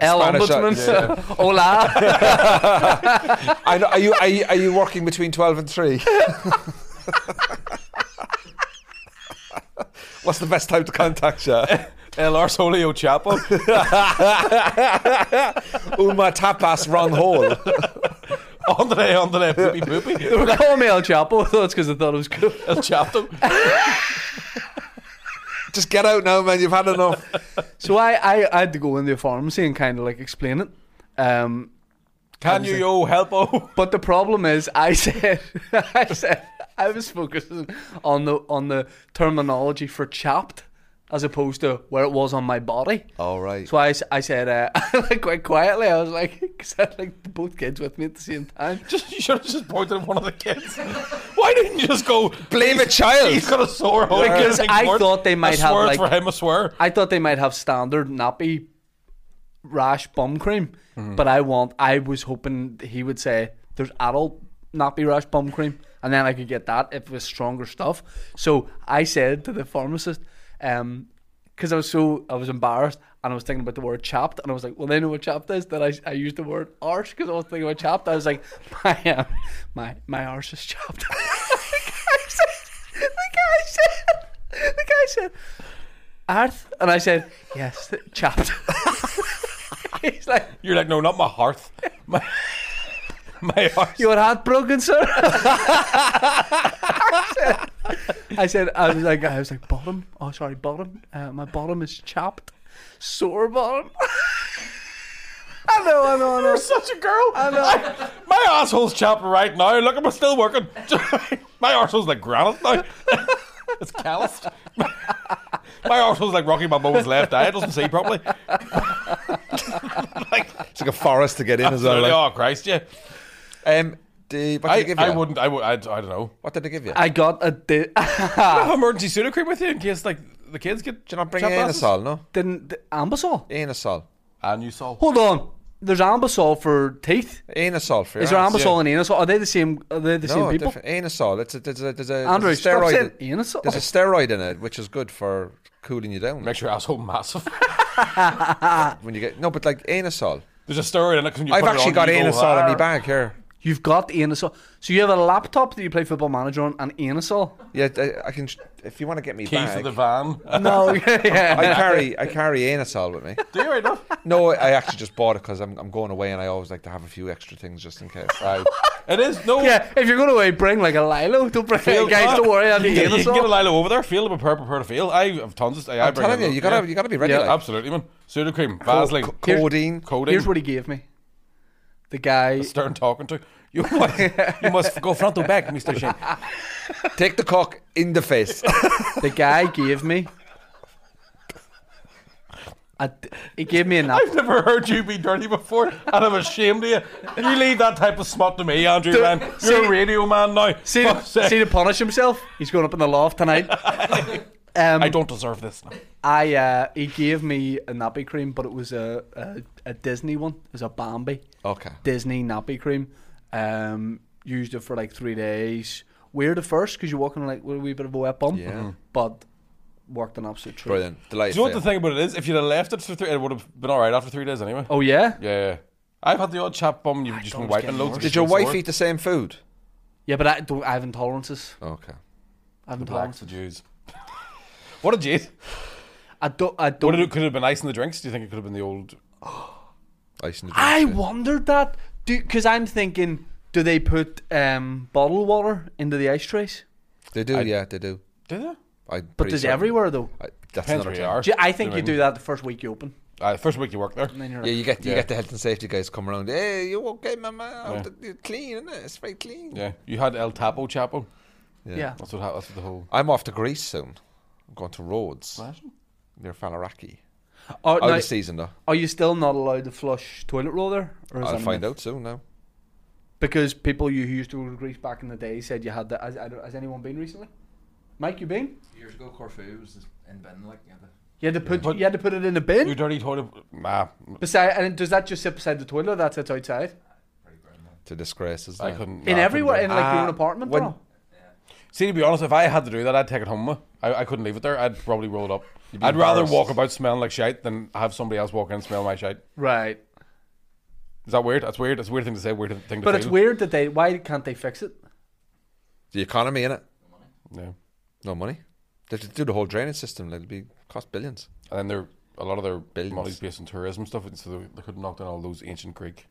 El Spanish, uh, Ombudsman, Hola. I know, are you are you, are you working between twelve and three? What's the best time to contact you? El arsehole o chapo. Uma tapas wrong hole. Andre, Andre, poopy, They poopy. were calling me El Chapo. That's because I thought it was cool. El chapo. Just get out now, man. You've had enough. So I, I, I had to go into a pharmacy and kind of like explain it. Um, Can you yo help? Oh, But the problem is, I said, I said, I was focusing on the on the terminology for chapped, as opposed to where it was on my body. All right. So I, s- I said, uh, like quite quietly, I was like, because I had like both kids with me at the same time. just you should have just pointed at one of the kids. Why didn't you just go? Blame a child. He's got a sore hole. Because Like, I Gordon, thought they might a have, swear like- for him. I swear. I thought they might have standard nappy rash bum cream, but I want. I was hoping he would say there's adult nappy rash bum cream, and then I could get that if it was stronger stuff. So I said to the pharmacist, um, because I was so I was embarrassed and I was thinking about the word chapped and I was like, well, they know what chapped is. That I, I used the word arse because I was thinking about chapped. I was like, my um, my my arse is chapped. the guy said, the guy said, the guy said, arse, and I said, yes, chapped. He's like, You're like, no, not my hearth. My, my arse. your heart broken, sir. I said, I was like, I was like, bottom. Oh, sorry, bottom. Uh, my bottom is chapped, sore bottom. I know, I know, I know. You're such a girl. I know. my asshole's chapped right now. Look, I'm still working. my arsehole's like granite now. it's calloused. my arsehole's like Rocky Balboa's left eye. It doesn't see properly. like, It's like a forest to get in as well. absolutely. Like, oh, Christ, yeah. um, the, what did I, they give you? I wouldn't. I would. I, I don't know. What did they give you? I got a di- I have emergency pseudo cream with you in case like the kids get. Do you not Bring anisol, no? didn't d- ambisol. Anisol. And you saw. Hold on, there's ambisol for teeth. Anisol for your Is there ass. ambisol and anisol? Are they the same? Are they the Ah, No, same people? different. Anisol. It's a, there's a, there's a, there's a Andrew, stop steroid. saying anisol. There's a steroid in it, which is good for cooling you down. Makes your asshole massive. when you get no, but like anisol. There's a steroid in it 'cause when you I've put it actually on, got you go, "Ah, anisol in my "Arr." bag here. You've got anisol. So you have a laptop that you play Football Manager on and anisol. Yeah, I, I can. sh- If you want to get me Keys bag, to the van. No, yeah. I carry I carry anisol with me. Do you right enough? No, I actually just bought it because I'm I'm going away and I always like to have a few extra things just in case. Right. It is no. Yeah, if you're going away, bring like a Lilo. Don't bring Feel- guys. Don't worry, I'm you, the can- you can get a dinosaur. Lilo over there. Feel to prepare, prepare to feel. I have tons of. I, I I'm bring telling in- you, you gotta yeah. you gotta be ready. Yeah, like. Absolutely, man. Pseudo cream, Vaseline, Co- codeine. codeine. Here's what he gave me. The guy. Stern talking to you. Must, you must go front to back, Mister Shane. Take the cock in the face. The guy gave me. A, he gave me a nap. I've never heard you be dirty before, and I'm ashamed of you. You leave that type of smut to me, Andrew. man, you're see- a radio man now. See, to, Fuck's sake. see to punish himself. He's going up in the loft tonight. Um, I don't deserve this. Now. I uh, he gave me a nappy cream, but it was a a, a Disney one. It was a Bambi. Okay. Disney nappy cream. Um, used it for like three days. Weird at first because you're walking on, like with a wee bit of a wet bum. Yeah. Mm-hmm. Mhm. But worked an absolute treat. Brilliant. Delight. Do you know what the thing about it is? If you'd have left it for three, it would have been all right after three days anyway. Oh yeah. Yeah, yeah. I've had the odd chap bum. You've just don't been wiping get loads. worse. Did your wife eat? eat the same food? Yeah, but I don't. I have intolerances. Okay. I have Blacks intolerances. and Jews. What a Jew. I don't. I What don't. did it, could it have been ice in the drinks? Do you think it could have been the old? Ice in the drink, I yeah. wondered that. Do because I'm thinking, do they put um, bottled water into the ice trays? They do, yeah, they do. Did it? I. But does everywhere though? I, that's Depends another where you thing. are. Do you- I think you mean- do that the first week you open. Uh, first week you work there. And then you're Yeah, like, you get you Yeah. get the health and safety guys come around. Hey, you okay, mama? Yeah. You're clean, isn't it? It's very clean. Yeah, you had El Tapo Chapo. yeah. That's what. hap- That's what the whole. I'm off to Greece soon. I'm going to Rhodes near Falaraki. Or, Out now, of season though. are you still not allowed to flush toilet roll there? Or is I'll that a find myth? out soon now. Because people you who used to go to Greece back in the day said you had that. Has, I don't- has anyone been recently? Mike, you been? Years ago, Corfu was in bin like yeah, the You had to put But- you had to put it in the You bin. dirty toilet. Nah, Beside, and does that just sit beside the toilet? or That's it outside. pretty ground one. To disgrace us. uh, I now. couldn't. in nah, I everywhere, in couldn't do it. like your Ah, own apartment. when- bro. See, to be honest, if I had to do that, I'd take it home. with me. I, I couldn't leave it there. I'd probably roll it up. I'd rather walk about smelling like shite than have somebody else walk in and smell my shite. Right. Is that weird? That's weird. That's a weird thing to say. Weird thing to But feel. it's weird that they. Why can't they fix it? The economy in it. Yeah. No money. They should do the whole drainage system. It'll be cost billions. And then there, a lot of their Billions. money's based on tourism stuff, and so they, they could have knocked down all those ancient Greek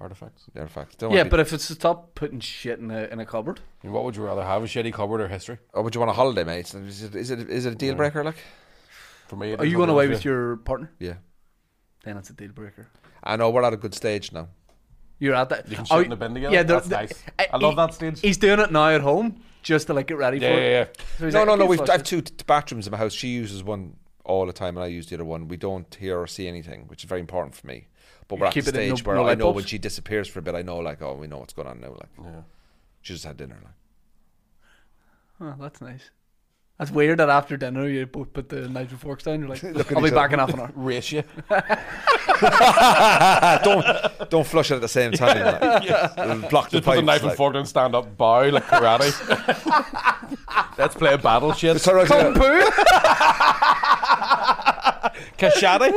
artifacts. Yeah, in fact. Don't Yeah, wanna be, but if it's to stop putting shit in a in a cupboard, I mean, what would you rather have? A shitty cupboard or history? oh, would you want a holiday, mate? Is it is it, is it a deal breaker? Like, For me, it are is you going away holidays, yeah. with your partner? yeah. Then it's a deal breaker. I know we're at a good stage now. You're at that. You can Oh, shit in the bin together. Yeah, Yeah, the- that's the- nice. uh, I love he- that stage. He's doing it now at home just to like get ready yeah, for it. yeah, yeah. So he's No, like, no, no. "Okay, We've flush I have it." two t- bathrooms in my house. She uses one all the time, and I use the other one. We don't hear or see anything, which is very important for me. But we're at the keep it in no- stage where no I light know bulbs? when she disappears for a bit, I know like, oh, we know what's going on now. Like, Yeah. she just had dinner. Like, Oh, that's nice. That's weird that after dinner you both put the knives and forks down. You're like, Look at I'll be each back in half an hour. Ratio. ah, don't don't flush it at the same time. like. It'll block Just put the the pipes. knife like. and fork down, stand up, bow like karate. Let's play a battle shit. It's all right, yeah. Poo! Kashadi?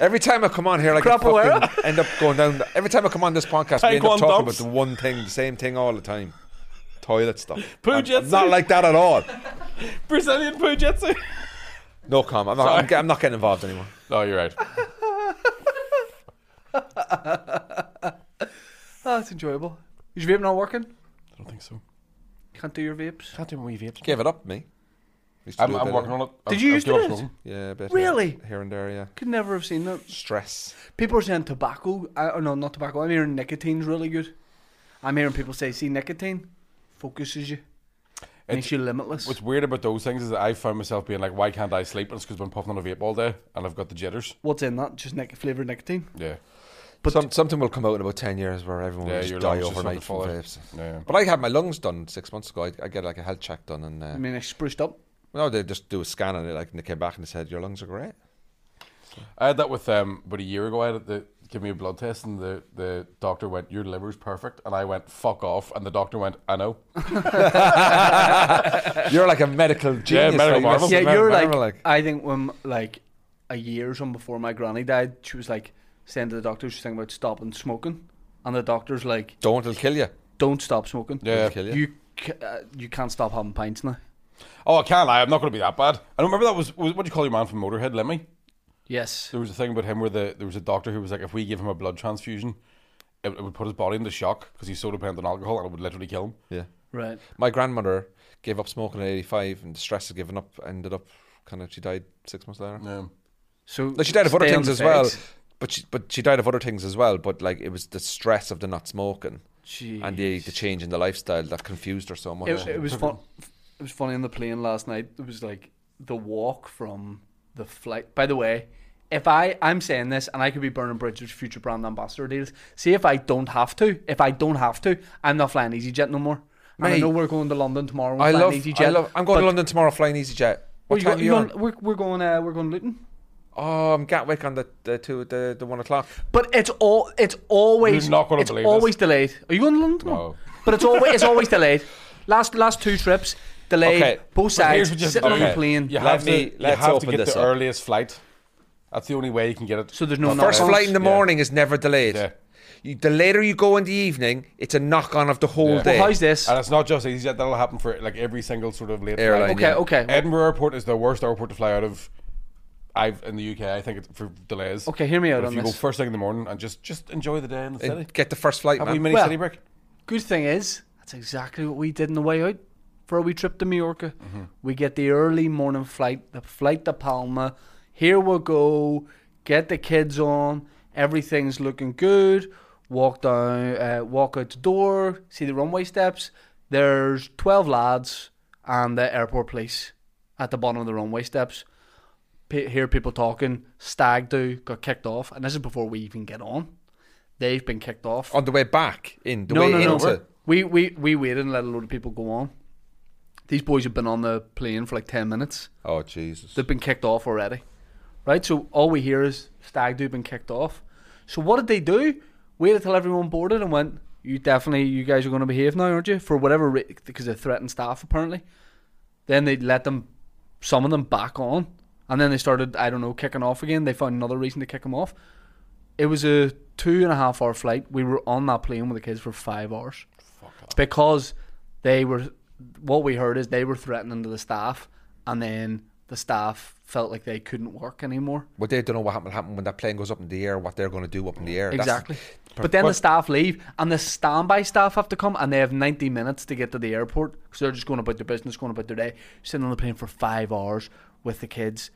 Every time I come on here, I get Crapawera? fucking end up going down. the- every time I come on this podcast, we end up Taekwondo talking dumps. about the one thing, the same thing all the time. Toilet stuff. Poo I'm, I'm jitsu. not like that at all. Brazilian Pujitsu? No com. I'm not, I'm, Sorry. ge- I'm not getting involved anymore. No, you're right. Oh, it's enjoyable. Is your vape not working? I don't think so. Can't do your vapes. Can't do my vapes. Gave it up, me. Used to I'm, do a I'm bit working of on it. Did I've- you I've used to given do up it? smoking. Yeah, a bit. Really? Here and there, yeah. Could never have seen that. Stress. People are saying tobacco. I, oh no, not tobacco. I'm hearing nicotine's really good. I'm hearing people say, "See, nicotine focuses you, makes you limitless." What's weird about those things is that I found myself being like, why can't I sleep? And it's because I've been puffing on a vape all day and I've got the jitters. What's in that? Just nic- flavored nicotine. Yeah. But Some, something will come out in about 10 years where everyone Yeah, will your just die lungs just overnight from fucking fall out. vapes. Yeah. But I had my lungs done six months ago. I, I get like a health check done, and uh, I mean, I spruced up. no, they just do a scan on it. Like, and they came back and they said your lungs are great. I had that with um about a year ago. I had the give me a blood test and the, the doctor went, Your liver's perfect and I went, Fuck off and the doctor went, I know. You're like a medical genius. medical like, marvel. that's Yeah, a yeah, medical you're like, marvel, I think when like a year or something before my granny died, she was like saying to the doctor, she's thinking about stopping smoking, and the doctor's like, don't it'll kill you. "Don't stop smoking. Yeah. It'll kill you. you ca- uh, you can't stop having pints now." Oh, I can't lie. I'm not going to be that bad. I remember that was, was what do you call your man from Motorhead, Lemmy. Yes. There was a thing about him where the there was a doctor who was like, if we give him a blood transfusion, it, it would put his body into shock because he's so dependent on alcohol and it would literally kill him. yeah. Right. My grandmother gave up smoking at 85, and the stress of giving up ended up kind of she died six months later. Yeah. So Like she died of other stay on things the as well, fags. but she but she died of other things as well. But like it was the stress of the not smoking and the the change in the lifestyle that confused her so much. it, it was fun. It was funny on the plane last night. It was like the walk from the flight. By the way, if I I'm saying this and I could be burning bridges with future brand ambassador deals, see if I don't have to. If I don't have to, I'm not flying EasyJet no more. And I Mate. know we're going to London tomorrow. I flying love, EasyJet. I love. I'm going to but- London tomorrow, flying EasyJet. Well, What you time go- you are you on? going- we're, we're going. Uh, we're going Luton. Oh, I'm Gatwick on the the two the, the one o'clock. But it's all it's always You're not gonna it's believe always delayed. Are you going to London? No. But it's always it's always delayed. Last last two trips delayed. Okay. Both sides Here's what you have sitting to on do. the plane. You Let have me- to, you let's have to open get this the up. earliest flight. That's the only way you can get it. So there's no Not First knockouts. flight in the Yeah. morning is never delayed. Yeah. You, the later you go in the evening, it's a knock on of the whole Yeah. day. Well, how's this? And it's not just easy. That'll happen for like every single sort of late Airline, flight. Okay, yeah. okay, Edinburgh Airport is the worst airport to fly out of. I've in the UK. I think it's for delays. okay. Hear me out But if on you this. Eh, go first thing in the morning and just just enjoy the day in the And city. get the first flight, Have we man. mini Well- city break? Good thing is that's exactly what we did on the way out for a wee trip to Mallorca. We get the early morning flight, the flight to Palma. Here we go. Get the kids on. Everything's looking good. Walk down, uh, walk out the door. See the runway steps. There's twelve lads and the airport police at the bottom of the runway steps. P- hear people talking. Stag do got kicked off, and this is before we even get on. They've been kicked off. on the way back in the No, way no, no. into. We we we waited and let a load of people go on. These boys have been on the plane for like ten minutes. Oh Jesus! They've been kicked off already, right? So all we hear is stag do been kicked off. So what did they do? Waited till everyone boarded and went. You definitely, you guys are going to behave now, aren't you? For whatever re- because they threatened staff apparently. Then they let them, some of them back on, and then they started. I don't know, kicking off again. They found another reason to kick them off. It was a two and a half hour flight. We were on that plane with the kids for five hours because they were what we heard is they were threatening to the staff and then the staff felt like they couldn't work anymore Well, they don't know what happen- happened when that plane goes up in the air. What they're going to do up in the air? That's- exactly but then the staff leave and the standby staff have to come and they have 90 minutes to get to the airport because they're just going about their business going about their day sitting on the plane for five hours with the kids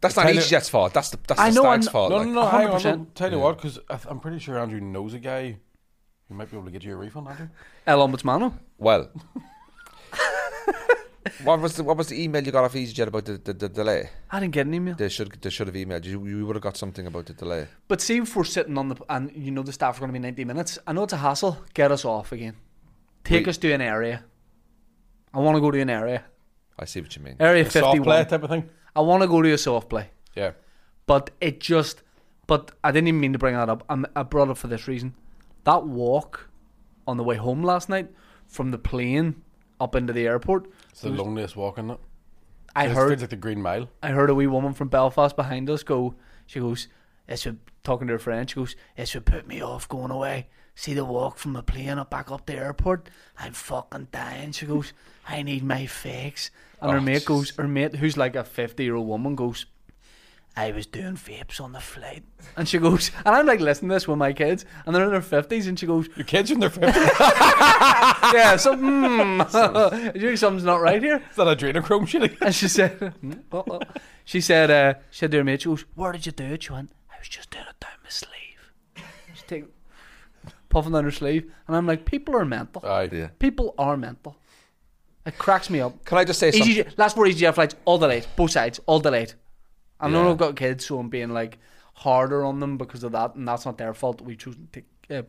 That's, not Kinda- EasyJet's fault. That's the that's I the know, stag's I'm- fault. No, like. no, no. Hang on. 100%. I'll Tell you what, because I'm pretty sure Andrew knows a guy who might be able to get you a refund. Andrew. El Ombudsmano Well, what was the what was the email you got off EasyJet about the, the, the delay? I didn't get an email They should they should have emailed you. You would have got something about the delay. but see if we're sitting on the and you know the staff are going to be 90 minutes I know it's a hassle get us off again take We- us to an area I want to go to an area I see what you mean. area Soft play 51 type of thing. I want to go to a soft play Yeah. But it just, but I didn't even mean to bring that up. I'm, I brought it for this reason. That walk on the way home last night from the plane up into the airport, It's the loneliest walk, isn't it? I It heard feels like the Green Mile. I heard a wee woman from Belfast behind us go. She goes, "It's a, talking to her friend. She goes, "It's what put me off going away. See the walk from the plane up back up the airport. I'm fucking dying." She goes, "I need my fix." And her mate goes, her mate who's like a fifty year old woman goes, "I was doing vapes on the flight," and she goes, and I'm like listening to this with my kids, and they're in their fifties, and she goes, Your kids in their 50s. "Yeah, something, mm, something's not right here." Is that adrenochrome shit? And she said, "Hmm? Oh, oh." she said, uh, she said to her mate, she goes, "Where did you do it?" She went, "I was just doing it down my sleeve." She take puffing down her sleeve, and I'm like, "People are mental. Aye. Yeah. People are mental." It cracks me up. Can I just say something? EasyJet, last word EasyJet flights, all delayed, both sides, all delayed. I know Yeah. I've got kids, so I'm being like harder on them because of that, and that's not their fault. We choose to take a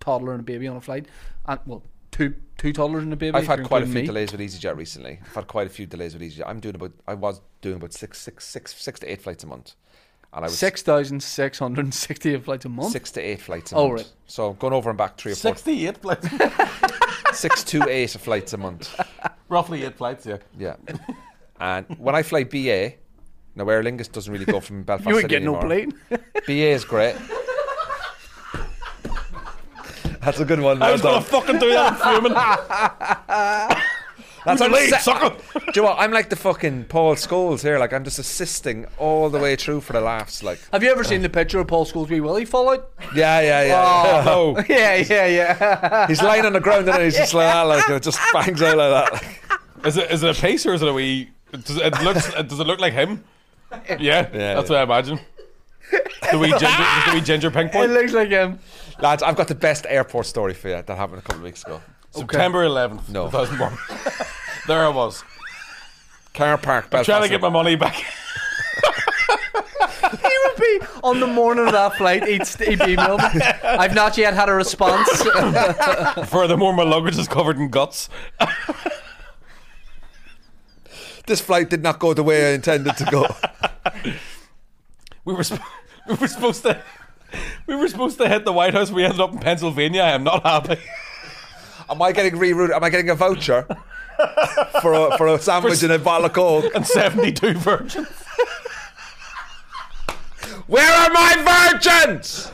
toddler and a baby on a flight, and well, two two toddlers and a baby. I've if had you're quite a few including me. delays with EasyJet recently. I've had quite a few delays with EasyJet. I'm doing about, I was doing about six, six, six, six to eight flights a month, and I was Six thousand six hundred and sixty flights a month. six to eight flights a Oh, month. right. So going over and back three or four, 68 flights. six to eight flights a month. Roughly eight flights, yeah. Yeah. and when I fly BA, now Aer Lingus doesn't really go from Belfast. You ain't City getting no anymore. plane. BA is great. That's a good one. I well was going done. to fucking do that in Furman. That's what I'm Late, sa- sucker. Do you know what? I'm like the fucking Paul Scholes here. Like I'm just assisting all the way through for the laughs. Like Have you ever seen the picture of Paul Scholes wee Willie fallout? yeah, yeah, yeah. Oh, yeah, yeah, yeah. He's lying on the ground and he's just like that. Like and it just bangs out like that. is it is it a pace or is it a wee? Does it, it looks? Does it look like him? Yeah, that's what I imagine. The wee ginger, the wee ginger pink it point. looks like him. Lads, I've got the best airport story for you that happened a couple of weeks ago. September 11th, No. 2001. there I was Car park. Belfast trying to get my money back. He would be on the morning of that flight. He'd, he'd email me. I've not yet had a response. Furthermore, my luggage is covered in guts. This flight did not go the way I intended to go. We were sp- we were supposed to we were supposed to hit the White House. We ended up in Pennsylvania. I am not happy. Am I getting rerouted? Am I getting a voucher for a, for a sandwich and a bottle of coke? And 72 virgins. Where are my virgins?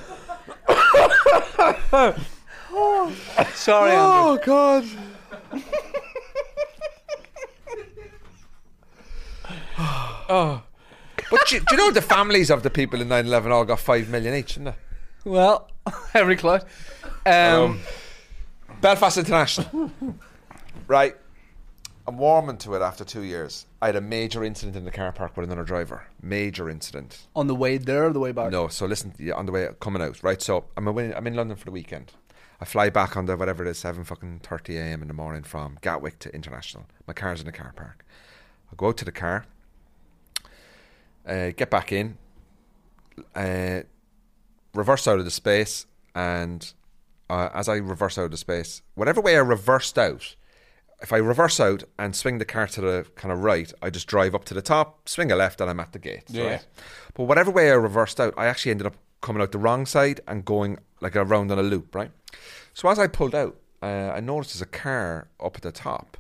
Sorry, Andrew. Oh, God. Oh. But do, you- do you know the families of the people in 9/11 all got five million each, didn't they? Well, Henry Cloud. Um, Belfast International, right? I'm warming to it after two years. I had a major incident in the car park with another driver. Major incident. on the way there or the way back? No, so listen, yeah, on the way coming out, right? So I'm away, I'm in London for the weekend. I fly back on the whatever it is, seven fucking thirty a.m. in the morning from Gatwick to International. My car's in the car park. I go out to the car, uh, get back in, uh, reverse out of the space, and uh, as I reverse out of the space, whatever way I reversed out, if I reverse out and swing the car to the kind of right, I just drive up to the top, swing a left, and I'm at the gate. Yeah. right? But whatever way I reversed out, I actually ended up coming out the wrong side and going like around on a loop, right? So as I pulled out, uh, I noticed there's a car up at the top.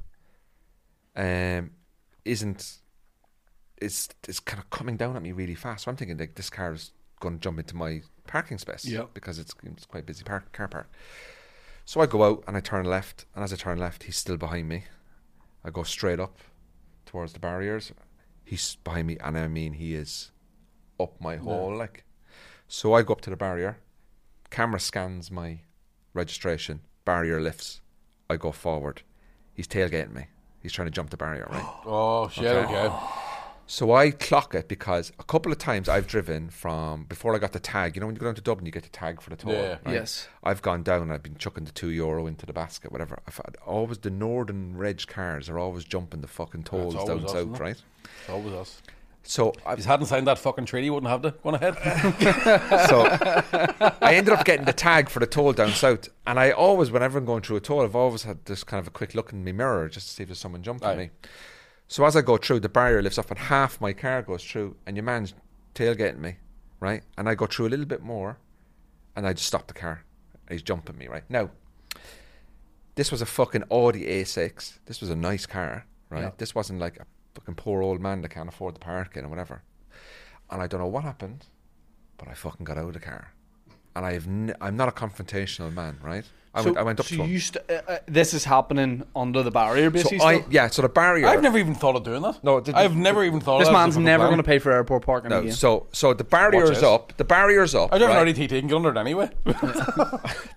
Um, isn't is is kind of coming down at me really fast. So I'm thinking like this car is going to jump into my parking space Yep. because it's it's quite a busy park, car park. So I go out and I turn left, and as I turn left, he's still behind me. I go straight up towards the barriers. He's behind me, and I mean he is up my hole like. So I go up to the barrier. Camera scans my registration. Barrier lifts. I go forward. He's tailgating me. He's trying to jump the barrier, right? Oh shit! Okay. So I clock it because a couple of times I've driven from before I got the tag. You know when you go down to Dublin, you get the tag for the toll. Yeah. right? Yes. I've gone down and I've been chucking the two euro into the basket, whatever. I've had always the Northern Reg cars are always jumping the fucking tolls always down us, isn't south, it? right? It's always us. So If I've, he hadn't signed that fucking treaty, he wouldn't have to. Go on ahead. so I ended up getting the tag for the toll down south, and I always, whenever I'm going through a toll, I've always had this kind of a quick look in my mirror just to see if there's someone jumping Aye. me. So as I go through, the barrier lifts up, and half my car goes through, and your man's tailgating me, right? And I go through a little bit more, and I just stop the car. He's jumping me, right? Now, this was a fucking Audi A6. This was a nice car, right? This wasn't like a fucking poor old man that can't afford the parking and whatever. And I don't know what happened, but I fucking got out of the car. And I have n- I'm not a confrontational man, right? I, went, I went up so to him. you st- uh, uh, this is happening under the barrier, basically. so I, still? yeah, so the barrier. I've never even thought of doing that. No, it didn't- I've never even thought this of man's that. never going to pay for airport parking no, again. so so the barrier this. is up. The barrier's up. I don't have right? an RDT taking under it anyway.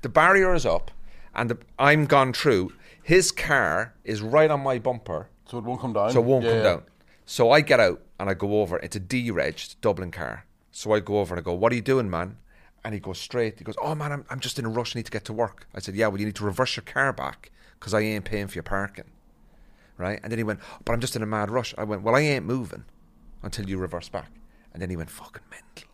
the barrier is up and the, I'm gone through. His car is right on my bumper, so it won't come down. so it won't Yeah, come yeah. down. So I get out and I go over. It's a D-regged Dublin car. So I go over and I go, "What are you doing, man?" And he goes straight. He goes, "Oh man, I'm, I'm just in a rush. I need to get to work." I said, "Yeah, well, you need to reverse your car back because I ain't paying for your parking." right? And then he went, but I'm just in a mad rush. I went, well, I ain't moving until you reverse back. And then he went, fucking mental.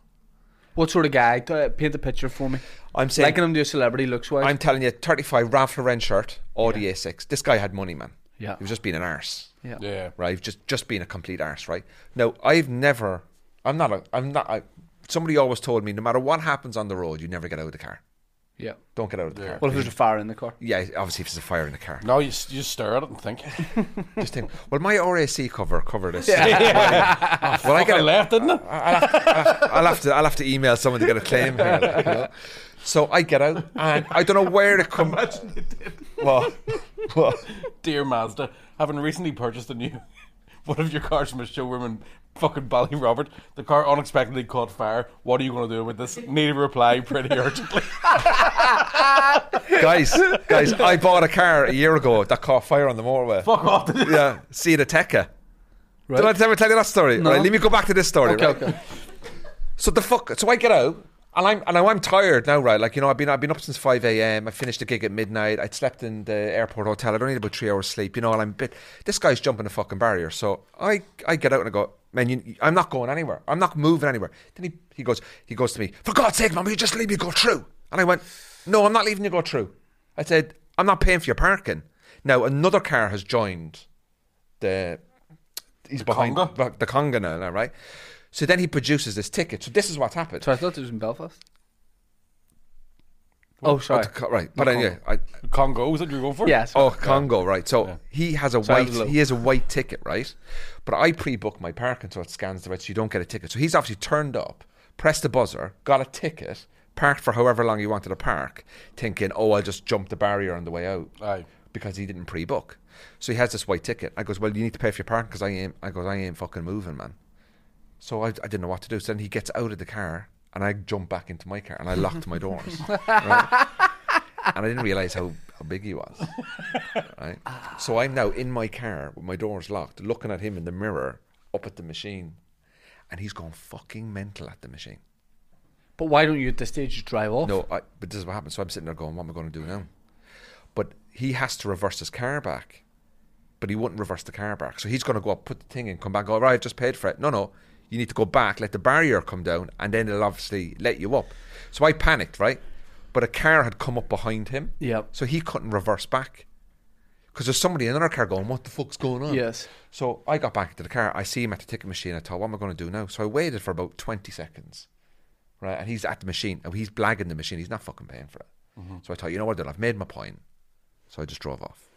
What sort of guy? T- uh, Paint the picture for me. I'm saying, Liking him to a celebrity looks wise. I'm telling you, 35 Ralph Lauren shirt, Audi A6. This guy had money, man. Yeah. He was just being an arse, yeah. Yeah. right? Just just being a complete arse, right? Now, I've never, I'm not, a, I'm not, I, somebody always told me, no matter what happens on the road, you never get out of the car. yeah. Don't get out of the car. Well, if there's a fire in the car? Yeah, obviously, if there's a fire in the car. Now you, s- you stare at it and think. Just think, well, my RAC cover covered this. well, I get it. left, didn't it? I'll have to I'll have to email someone to get a claim here. like, you know. So I get out and I don't know where to come. Imagine they did. Well, well, Dear Mazda, having recently purchased a new one of your cars from a showroom in fucking Bally Robert, the car unexpectedly caught fire. What are you going to do with this? Need a reply pretty urgently. guys, guys, I bought a car a year ago that caught fire on the motorway. Fuck off. Yeah, see the Tekka. Did I ever tell you that story? Right, let me go back to this story. right? okay. So the fuck. So I get out. And I'm and now I'm tired now, right? Like you know, I've been I've been up since five a.m. I finished the gig at midnight. I'd slept in the airport hotel. I'd only had about three hours sleep, you know. And I'm a bit. This guy's jumping the fucking barrier. So I I get out and I go, man, you, I'm not going anywhere. I'm not moving anywhere. Then he he goes he goes to me, for God's sake, man, will you just leave me go through? And I went, no, I'm not leaving you go through. I said, I'm not paying for your parking. Now another car has joined the he's behind Conga? the- the conga now, now, right? So then he produces this ticket. So this is what happened. So I thought it was in Belfast. Oh, But sorry. the co- right, but anyway, I, Congo, is that you go for? Yeah, sorry. oh Congo, right? So he has a Sorry, I white, was low. he has a white ticket, right? But I pre-booked my parking, so it scans the right, so you don't get a ticket. So he's obviously turned up, pressed the buzzer, got a ticket, parked for however long he wanted to park, thinking, oh, I'll just jump the barrier on the way out. Aye. because he didn't pre-book. So he has this white ticket. I goes, well, you need to pay for your parking because I ain't. I goes, I ain't fucking moving, man. So I, I didn't know what to do. So then he gets out of the car and I jump back into my car and I locked my doors. right? And I didn't realize how, how big he was. Right? So I'm now in my car with my doors locked, looking at him in the mirror up at the machine. And he's going fucking mental at the machine. But why don't you at this stage just drive off? No, I, but this is what happened. So I'm sitting there going, what am I going to do now? But he has to reverse his car back. But he wouldn't reverse the car back. So he's going to go up, put the thing in, come back, go, right, I've just paid for it. No, no. You need to go back, let the barrier come down, and then it'll obviously let you up. So I panicked, right? But a car had come up behind him. Yep. So he couldn't reverse back. Because there's somebody in another car going, what the fuck's going on? Hmm. Yes. So I got back to the car. I see him at the ticket machine. I thought, what am I going to do now? So I waited for about 20 seconds, right? And he's at the machine. and He's blagging the machine. He's not fucking paying for it. So I thought, you know what, dude? I've made my point. So I just drove off.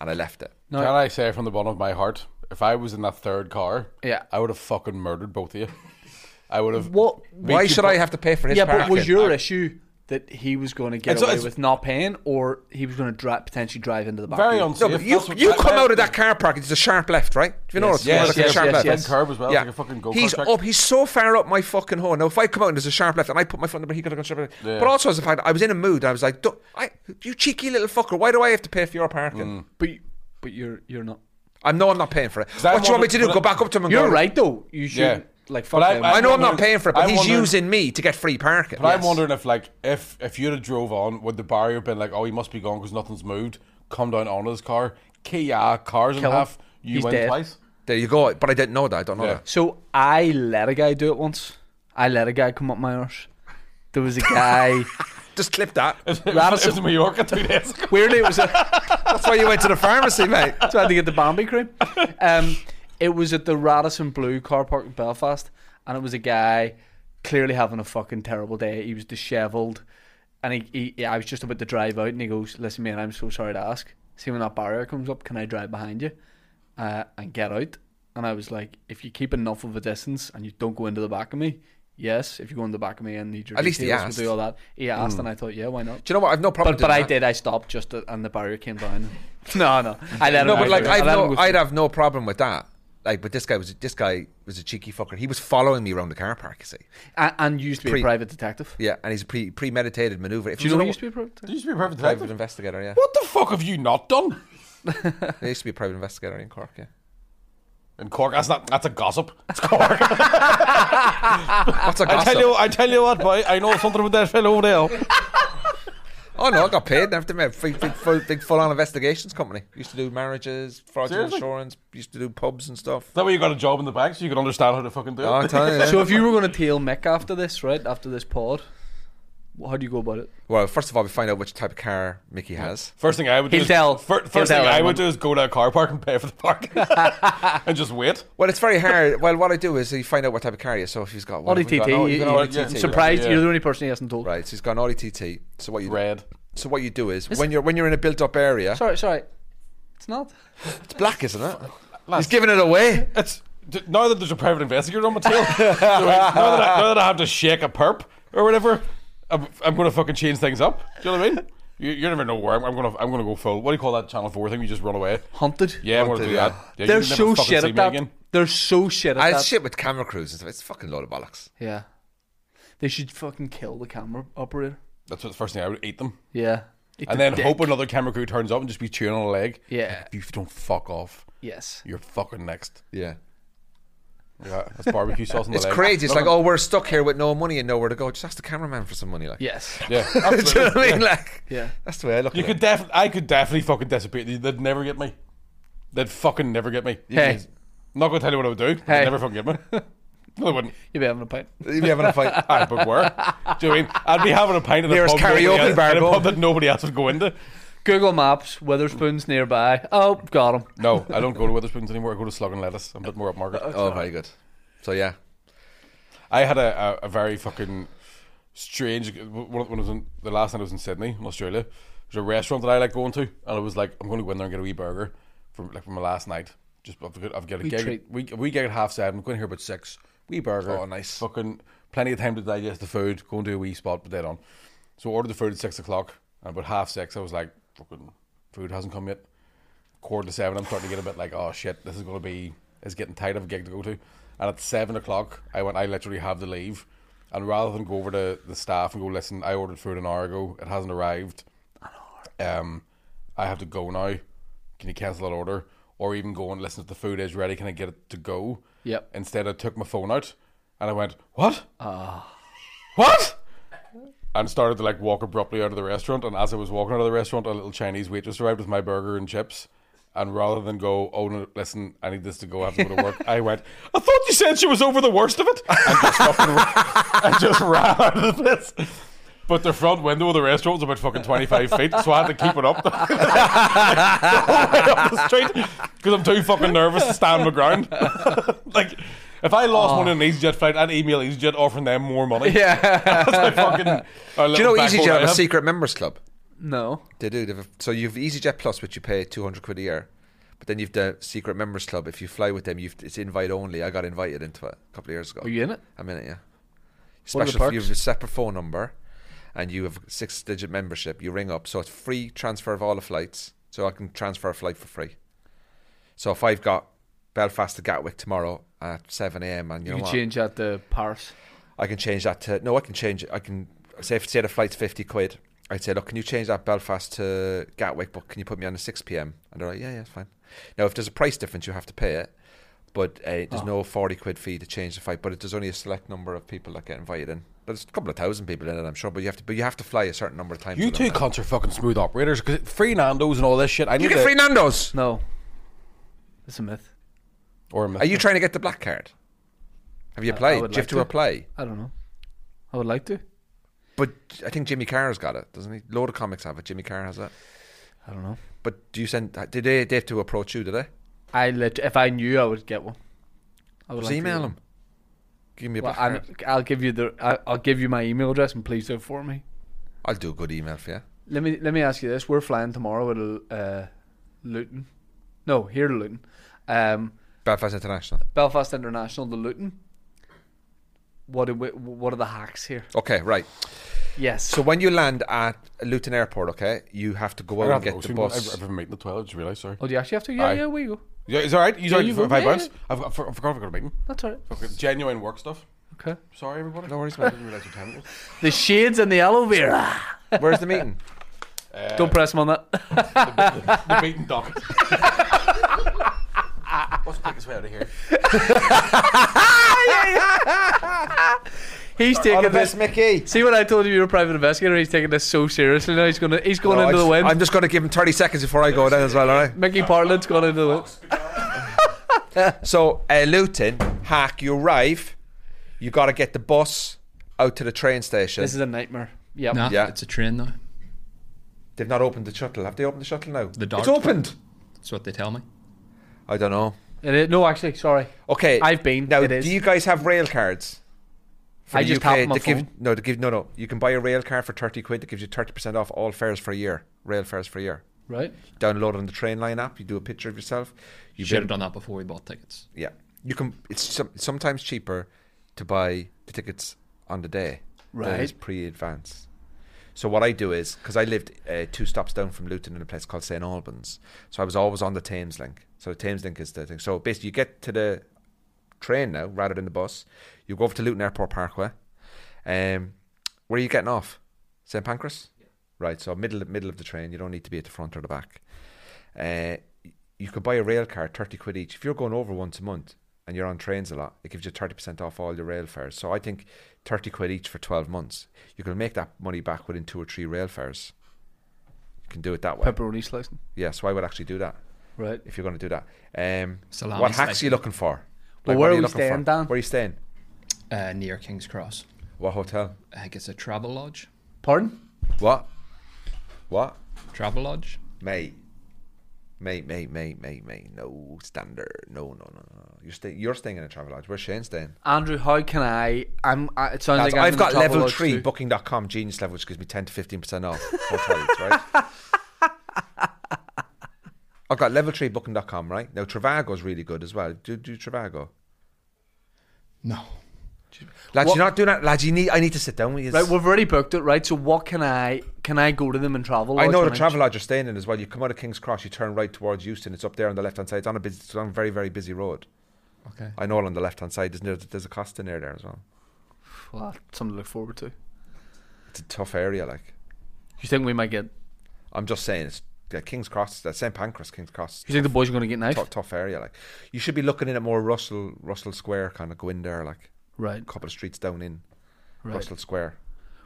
And I left it. No. Can I say from the bottom of my heart, if I was in that third car, Yeah. I would have fucking murdered both of you. I would have. What? Why you should bu- I have to pay for his yeah, parking? but was your issue that he was going to get It's- away it's- with not paying, or he was going to dri- potentially drive into the back? of Very you? unsafe. no, but you, That's what- you that- come that- out of that car park, it's a sharp left, right? Do you notice? yes, It's like a yes, sharp yes, left. yes. Big curb as well, it's like a fucking go-kart He's track. up, he's so far up my fucking horn. Now, if I come out and there's a sharp left and I put my foot in the brake, he could have gone straight away. Yeah. But also, as a fact, I was in a mood, I was like, "Don't- I, you cheeky little fucker, why do I have to pay for your parking? Mm. But you- but you're you're not. I know I'm not paying for it. that What do you want me what- to do? but- Go back up to him and You're go, right though. You should Yeah. like fuck But I- him. I- I know I'm not wondering- paying for it, but I'm he's wondering- using me to get free parking. But I'm wondering if, like, if if you'd have drove on, would the barrier been like, oh, he must be gone because nothing's moved? Come down on his car, Kia cars in Kill him. half. You He's win dead. twice. There you go. But I didn't know that. I don't know Yeah. that. so I let a guy do it once. I let a guy come up my arse. There was a guy. Just clip that. That's It was Radisson. in Mallorca two days ago. Weirdly, it was a, why you went to the pharmacy, mate. so I had to get the Bambi cream. Um, it was at the Radisson Blue car park in Belfast, and it was a guy clearly having a fucking terrible day. He was dishevelled, and he, he yeah, I was just about to drive out, and he goes, "Listen, man, I'm so sorry to ask. See when that barrier comes up, can I drive behind you uh, and get out?" and I was like, if you keep enough of a distance and you don't go into the back of me, yes. If you go into the back of me and need your At least he details, asked. Hmm. we'll do all that. He asked, and I thought, yeah, why not? Do you know what? I've no problem. But but doing I that. did. I stopped just to, and the barrier came down. no, no. I let him. No, go but like through. I I've let him no, go I'd have no problem with that. Like, but this guy was this guy was a cheeky fucker. He was following me around the car park. You see, through. and, and used to be Pre- a private detective. yeah, and he's a pre premeditated maneuver. If Do you know don't he used to be a private detective? You used to be a private private detective. investigator, yeah, What the fuck have you not done? there used to be a private investigator in Cork. Yeah, In Cork, that's not that's a gossip. It's Cork. that's a I gossip. tell you, I tell you what, boy. I know something about that fellow over there. oh no, I got paid and everything. man. Big, big, full, big full on investigations company. Used to do marriages, fraudulent Seriously? insurance. Used to do pubs and stuff. Is that where you got a job in the bank so you can understand how to fucking do it? Oh, I'm telling you. yeah. So if you were going to tail Mick after this, right after this pod, wh- how do you go about it? Well, first of all, we find out which type of car Mickey has. First thing I would do He'll is, tell. fir- He'll first tell thing I everyone. would do is go to a car park and pay for the parking and just wait. Well, it's very hard. well, what I do is you find out what type of car he is. So if he's got what Audi have we got? TT. No, he's you- got you- Audi yeah. TT. Surprised yeah. you're the only person he hasn't told. Right, so he's got an Audi TT. So what you Red. So what you do is when you're when you're in a built-up area, Sorry, sorry. It's not. it's black, isn't it? Lads. He's giving it away. It's d- now that there's a private investigator on my tail. so now, that I, now that I have to shake a perp or whatever, I'm, I'm going to fucking change things up. Do you know what I mean? You, you never know where I'm, I'm going to. I'm going to go full. What do you call that Channel Four thing? You just run away. Hunted. Yeah, I'm going Hunted, to do yeah. that. Yeah, They're you'll never so fucking shit see at me that. again. They're so shit at I that. shit with camera crews and stuff. It's a fucking load of bollocks. Yeah. They should fucking kill the camera operator. That's what the first thing I would eat them, Yeah. Eat and the then dick. hope another camera crew turns up and just be chewing on a leg. Yeah. If you don't fuck off, Yes. you're fucking next. Yeah. Yeah, that's barbecue sauce on the It's leg. crazy. It's like, Nothing. oh, we're stuck here with no money and nowhere to go. Just ask the cameraman for some money, like. Yes. Yeah, Do you know absolutely. what I mean? Like, Yeah. that's the way I look. You at could definitely, I could definitely fucking disappear. They- They'd never get me. They'd fucking never get me. Hey, I'm not gonna tell you what I would do. Hey. They'd never fucking get me. No, they wouldn't. you be having a pint. it. You'd be having a fight. I but were. Do you know what I mean? I'd be having a pint in a Nearest pub, nobody karaoke else- bar in a going. pub that nobody else would go into. Google Maps, Witherspoon's nearby. Oh, got him. No, I don't go to Witherspoon's anymore. I go to Slug and Lettuce. I'm a bit more upmarket. Oh, very good. So yeah, I had a, a, a very fucking strange when when I was in the last night I was in Sydney in Australia. There's a restaurant that I like going to, and I was like, I'm going to go in there and get a wee burger from like from my last night. Just I've got, I've got a Wee gig. treat. We we gig at half seven. Going here about six. Wee burger. Oh, nice. Fucking plenty of time to digest the food. Go and do a wee spot, but dead on. So I ordered the food at six o'clock, and about half six, I was like, fucking food hasn't come yet quarter to seven, I'm starting to get a bit like, oh shit, this is going to be, it's getting tight of a gig to go to. And at seven o'clock, I went, I literally have to leave. And rather than go over to the staff and go, listen, I ordered food an hour ago, it hasn't arrived. Um, I have to go now. Can you cancel that order? Or even go and listen if the food is ready, can I get it to go? Yep. Instead, I took my phone out and I went, what? What? and started to like walk abruptly out of the restaurant. And as I was walking out of the restaurant, a little Chinese waitress arrived with my burger and chips. And rather than go, oh no, listen, I need this to go, I have to go to work. I went, I thought you said she was over the worst of it. And just fucking, I just ran out of the place. But the front window of the restaurant was about fucking 25 feet, so I had to keep it up the, whole way up the street because I'm too fucking nervous to stand my ground. like, if I lost money on an EasyJet flight, I'd email EasyJet offering them more money. Yeah. I fucking. do you know EasyJet have a secret members club? no. They do. They've a, so you've EasyJet Plus, which you pay two hundred quid a year, but then you've the secret members club. If you fly with them, you've, it's invite only. I got invited into it a couple of years ago. Are you in it? I'm in it, yeah. What are the Special. perks? You have a separate phone number, and you have six digit membership. You ring up, so it's free transfer of all the flights. So I can transfer a flight for free. So if I've got Belfast to Gatwick tomorrow at seven a.m. and you, You know could what? change that to Paris. I can change that to no. I can change. it. I can say if say the flight's fifty quid. I'd say, look, can you change that Belfast to Gatwick? But can you put me on a six p.m. And they're like, yeah, yeah, it's fine. Now, if there's a price difference, you have to pay it. But uh, there's no forty quid fee to change the flight. But it, there's only a select number of people that get invited in. There's a couple of thousand people in it, I'm sure. But you have to, but you have to fly a certain number of times. You within two that. cunts are fucking smooth operators because free Nando's and all this shit. I need You get to- free Nando's. No. It's a myth. Or am I- Are you trying to get the black card? Have you I- I applied? Do you would have like to, to. apply? I don't know. I would like to. But I think Jimmy Carr's got it, doesn't he? A load of comics have it. Jimmy Carr has it. I don't know. But do you send? Did they? They have to approach you? Did they? I lit- if I knew, I would get one. I would Just like to email get one. them. Give me a Well, black I'm, card. I'll give you the. I, I'll give you my email address and please do it for me. I'll do a good email for you. Let me let me ask you this: We're flying tomorrow with uh, Luton. No, here to Luton. Um, Belfast International. Belfast International to Luton. What are we, what are the hacks here? Okay, right. Yes. So when you land at Luton Airport, okay, you have to go out I and have get to the go soon. bus. I've, I've been meeting at 12, I just realised, sorry. oh, do you actually have to? Yeah, Aye. yeah, we go. Yeah, he's alright. He's alright you for go, five yeah, pounds. I've got, I forgot I've got a meeting. That's alright. Okay, Genuine work stuff. Okay. Sorry, everybody. No worries, man. I didn't realise what time it was. The shades and the aloe vera. Where's the meeting? Don't press him on that. The meeting docket. Let's take this way out of here. He's taking this. Mickey. See what I told you? You're a private investigator. He's taking this so seriously now. He's gonna. He's going into the wind. I'm just going to give him 30 seconds before I go then as well, all right? Mickey Partland's gone into the wind. So, uh, Luton, hack, you arrive, you got to get the bus out to the train station. This is a nightmare. Yep. Nah, Yeah. it's a train now. They've not opened the shuttle. Have they opened the shuttle now? The dog- It's opened. That's what they tell me. I don't know. It is- no, actually, sorry. Okay. I've been. Now, It is. do you guys have rail cards? For I the just UK, have them on they my give- phone. no, they give no, no. You can buy a rail card for thirty quid. That gives you thirty percent off all fares for a year. Rail fares for a year. Right. Download it on the train line app. You do a picture of yourself. You You should have bid- done that before we bought tickets. Yeah, you can. It's some, sometimes cheaper to buy the tickets on the day. than it is Right. pre-advance. So what I do is because I lived uh, two stops down from Luton in a place called St Albans, so I was always on the Thames Link. So the Thames Link is the thing. So basically, you get to the train now rather than the bus. You go over to Luton Airport Parkway. Um, where are you getting off? St Pancras. Right. So middle middle of the train. You don't need to be at the front or the back. Uh, you could buy a rail card, thirty quid each. If you're going over once a month and you're on trains a lot, it gives you thirty percent off all your rail fares. So I think thirty quid each for twelve months. You can make that money back within two or three rail fares. You can do it that way. Pepperoni slicing. Yeah, so I would actually do that Right. if you're going to do that. Um, Salami what hacks slicing. are you looking for? Well, Like, where what are we looking for? staying, Dan? Where are you staying? Uh, near King's Cross. What hotel? I think it's a travel lodge. Pardon? What? What? Travel lodge. Mate. Mate, mate, mate, mate, mate. No standard. No, no, no, no. You're, stay- you're staying in a travel lodge. Where's Shane staying? Andrew, how can I? I'm. I, it sounds That's- like I'm I've in got the top of level lodge three too. booking.com genius level, which gives me 10 to 15% off hotels, right? I've got level three booking.com, right? Now, Travago's really good as well. Do, do Travago. No. Lads, What- you're not doing that. Lads, you need, I need to sit down with you. Right, we've already booked it. Right, so what can I? Can I go to them and travel? I lodge know when the travel lodge you're staying in as well. You come out of King's Cross, you turn right towards Euston. It's up there on the left hand side. It's on a busy, it's on a very, very busy road. Okay. I know it on the left hand side. There's, there's, there's a cost in there there as well. Well, that's something to look forward to. It's a tough area, like. You think we might get? I'm just saying, it's yeah, King's Cross, that St Pancras, King's Cross, You think the boys are going to get knifed? tough, tough area. Like, you should be looking in at more Russell Russell Square, kind of go in there, like Right, a couple of streets down in right. Russell Square.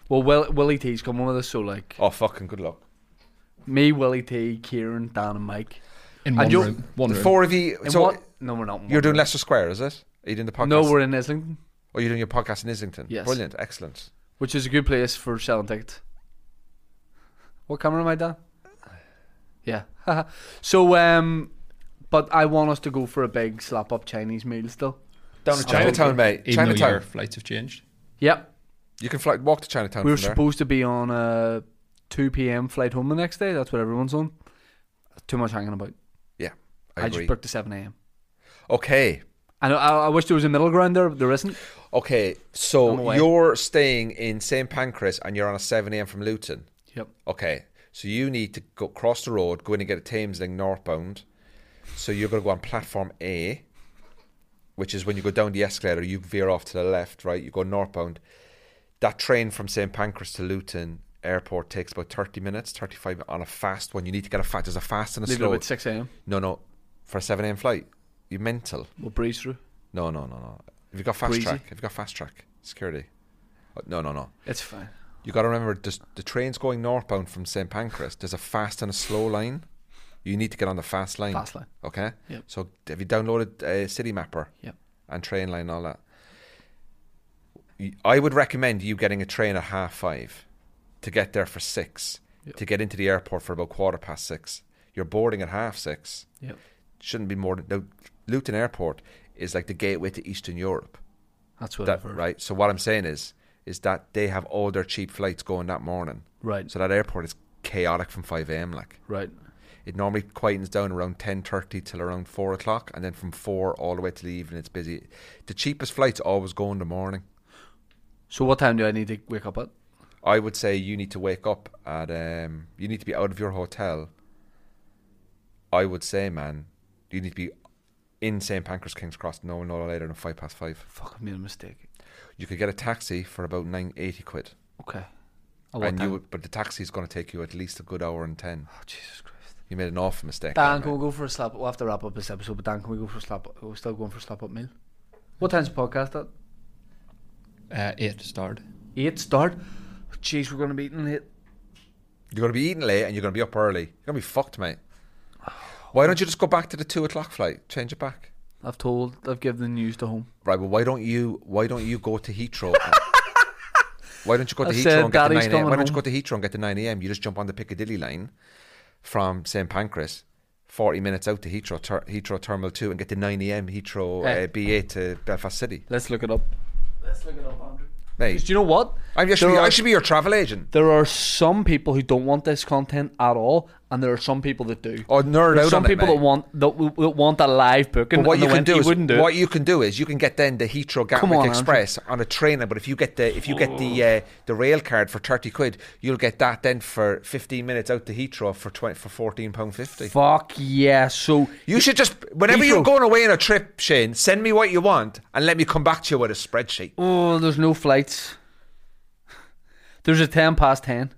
Well, Will, Willie T's coming with us, so like Oh, fucking good luck. me, Willie T, Kieran, Dan, and Mike. In one you'll- room. One The room. four of you. And so what? No, we're not. in you're one doing room. Leicester Square, is it? Are you doing the podcast? No, we're in Islington, Oh, you're doing your podcast in Islington. Yes. Brilliant. Excellent. which is a good place for selling tickets. What camera am I, Dan? Yeah. so, um, but I want us to go for a big slap up Chinese meal still. Down to Chinatown, mate. Even though your Chinatown. flights have changed. Yep. You can fly, walk to Chinatown. We were from there. supposed to be on a 2 p.m. flight home the next day. That's what everyone's on. Too much hanging about. Yeah, I, I, agree. just booked a 7 a.m. okay, I know. I, I wish there was a middle ground there, but there isn't. okay. I'm So away. you're staying in St Pancras and you're on a seven a.m. from Luton. Yep. Okay, so you need to go cross the road, go in and get a Thameslink northbound. So you're going to go on platform A, which is when you go down the escalator, you veer off to the left, right? You go northbound. That train from St Pancras to Luton Airport takes about thirty minutes, thirty-five on a fast one. You need to get a fast. There's a fast and a Leave it slow. about 6 a.m. No, no, for a seven a.m. flight. You mental. We'll breeze through. No, no, no, no. Have you got fast Breezy. track? Have you got fast track security? Oh, No, no, no. It's fine. You got to remember this, the train's going northbound from St Pancras. There's a fast and a slow line. You need to get on the fast line. Fast line. Okay. Yep. So have you downloaded uh, City Mapper? Yep. And train line and all that. You- I would recommend you getting a train at half five to get there for six to get into the airport for about quarter past six. You're boarding at half six Yep. shouldn't be more than now, Luton Airport is like the gateway to Eastern Europe. That's what That, I've heard. right. So what I'm saying is is that they have all their cheap flights going that morning. Right. So that airport is chaotic from five AM like. Right. It normally quietens down around ten thirty till around four o'clock, and then from four all the way to the evening, it's busy. The cheapest flights always go in the morning. So what time do I need to wake up at? I would say you need to wake up at um you need to be out of your hotel. I would say, man, you need to be in St. Pancras King's Cross no no later than five past five. Fuck, I made a mistake. You could get a taxi for about nine eighty quid. Okay. At what and time? you would, but the taxi is gonna take you at least a good hour and ten. oh, Jesus Christ. You made an awful mistake. Dan, there, can mate. we go for a slap? We'll have to wrap up this episode, but Dan, can we go for a slap? We're still going for a slap up meal. What time's the podcast at? Uh, eight started. Eight start. Jeez, we're gonna be eating it. You're gonna be eating late and you're gonna be up early. You're gonna be fucked, mate. Why don't you just go back to the two o'clock flight? Change it back. I've told. I've given the news to home. Right, well why don't you why don't you go to Heathrow? why don't you go to I Heathrow said and get the Daddy's nine AM? Why coming don't you go home. to Heathrow and get the nine AM? You just jump on the Piccadilly line from St Pancras, forty minutes out to Heathrow ter- Heathrow Terminal Two, and get the nine AM Heathrow Hey. uh, BA to Belfast City. Let's look it up. Let's look it up, Andrew. Mate, Do you know what? I should, There be, are- I should be your travel agent. There are some people who don't want this content at all, and there are some people that do. Or nerd There's out some on it, people mate. that want that, w- that want a live booking. But what and you they can went, do "You is wouldn't do what it." you can do is you can get then the Heathrow Come Gatwick on, Express on a trainer. But if you get the if you get the uh, the rail card for thirty quid, you'll get that then for fifteen minutes out to Heathrow for twenty for fourteen pound fifty. Fuck yeah! So You should just whenever you're Heathrow. going away on a trip, Shane, send me what you want and let me come back to you with a spreadsheet. oh, there's no flights. There's a ten past ten,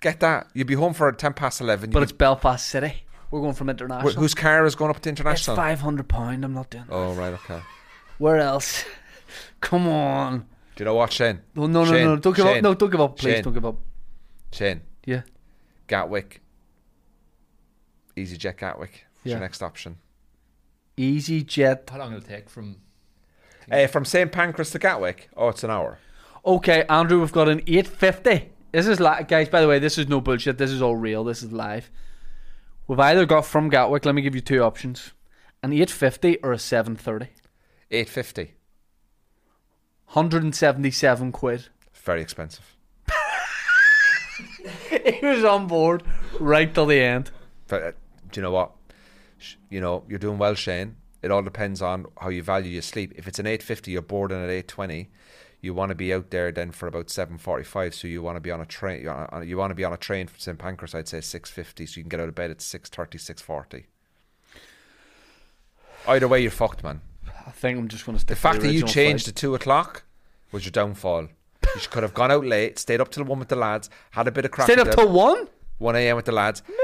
Get that. You'll be home for ten past eleven. but You- it's Belfast City. We're going from wh- international. whose car is going up to it's international? five hundred pound. I'm not doing. that. Oh right, okay. Where else? Come on. Do you know what, Shane? No, no, Shane, no, no! Don't give up! Shane, No, don't give up! Please, Shane. don't give up. Shane, Yeah. Gatwick, EasyJet Gatwick. It's Yeah. your next option. Easy jet. How long it'll take from? Uh, from St Pancras to Gatwick, oh, it's an hour. Okay, Andrew, we've got an 850. This is li guys. By the way, this is no bullshit. This is all real. This is live. We've either got from Gatwick. Let me give you two options: an 850 or a 730. Eight fifty. 177 quid. Very expensive. he was on board right till the end. But uh, do you know what? Sh- You know you're doing well, Shane. It all depends on how you value your sleep. If it's an eight fifty, you're boarding at eight twenty. You want to be out there then for about seven forty five. So you want to be on a train. You want to be on a train from St Pancras. I'd say six fifty, so you can get out of bed at 6.30, 6.40. Either way, you're fucked, man. I think I'm just going to stick. The to fact that you original changed flight. to two o'clock was your downfall. You should- could have gone out late, stayed up till one with the lads, had a bit of crack. stayed with up them. till one. 1 a.m. with the lads. No.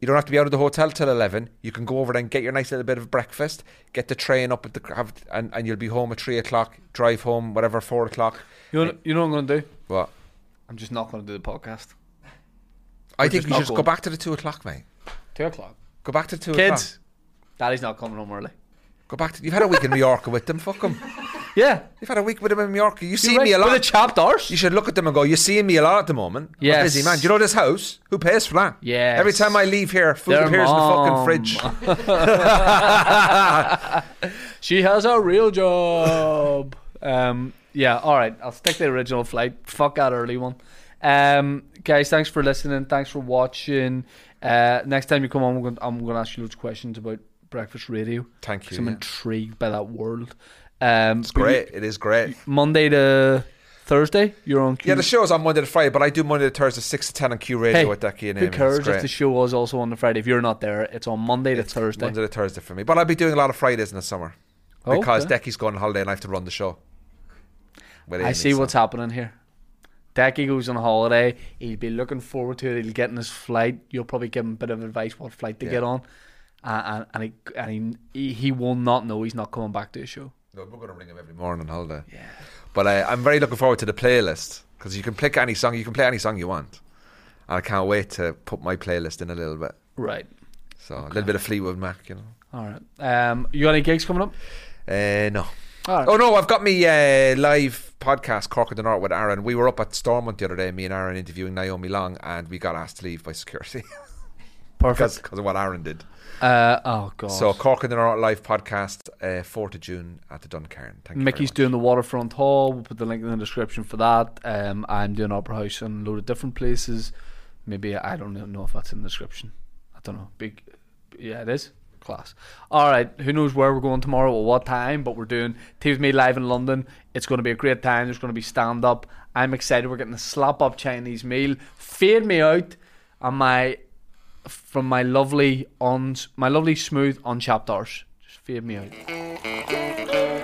You don't have to be out of the hotel till 11. You can go over there and get your nice little bit of breakfast, get the train up at the have, and, and you'll be home at 3 o'clock, drive home, whatever, 4 o'clock. You know, you know what I'm going to do? What? I'm just not going to do the podcast. I We're just think you not should just go going. back to the 2 o'clock, mate. Two o'clock. Go back to 2 Kids, o'clock. Daddy's not coming home early. Go back to. You've had a week in Mallorca with them. Fuck them. Yeah, You've had a week with them in Mallorca. You see you're me a right, lot. With a chapped arse. You should look at them and go, You're seeing me a lot at the moment. I'm a Yes. busy man. Do you know this house? Who pays for that? Yes. Every time I leave here, food Their appears mom. in the fucking fridge. She has a real job. um, yeah, all right. I'll stick to the original flight. Fuck that early one. Um, guys, thanks for listening. Thanks for watching. Uh, next time you come on, we're gonna, I'm going to ask you loads of questions about breakfast radio. Thank 'cause you. I'm yeah. intrigued by that world. Um, It's great. It is great. Monday to Thursday, you're on Q. Yeah, the show's on Monday to Friday, but I do Monday to Thursday, 6 to 10 on Q Radio Hey, with Decky and Amy. Who It's cares if great. the show is also on the Friday? If you're not there, it's on Monday to It's Thursday. Monday to Thursday for me. But I'll be doing a lot of Fridays in the summer Oh, because okay. Decky's going on holiday and I have to run the show. with I Amy, see so- what's happening here. Decky goes on holiday. He'll be looking forward to it. He'll get in his flight. You'll probably give him a bit of advice what flight to Yeah. get on, uh, and and, he, and he, he will not know he's not coming back to the show. No, we're going to ring him every morning on holiday. Yeah. But uh, I'm very looking forward to the playlist because you can pick any song, you can play any song you want. And I can't wait to put my playlist in a little bit. Right. So a little bit of Fleetwood Mac, you know. All right. Um, you got any gigs coming up? Uh, no. All right. Oh no, I've got me uh, live podcast Cork of the North with Aaron. We were up at Stormont the other day, me and Aaron interviewing Naomi Long, and we got asked to leave by security because Perfect. of what Aaron did. Uh, oh god. So Cork of the North live podcast, uh, fourth of June at the Duncairn. Thank you very Mickey's much. doing the Waterfront Hall. We'll put the link in the description for that. Um, I'm doing Opera House and a load of different places. Maybe I don't know if that's in the description. I don't know. Big, yeah, it is class. All right, who knows where we're going tomorrow or what time, but we're doing Tea with Me live in London. It's going to be a great time. There's going to be stand up. I'm excited. We're getting a slap up Chinese meal. Fade me out, and my from my lovely on my lovely smooth on chapters. Just fade me out.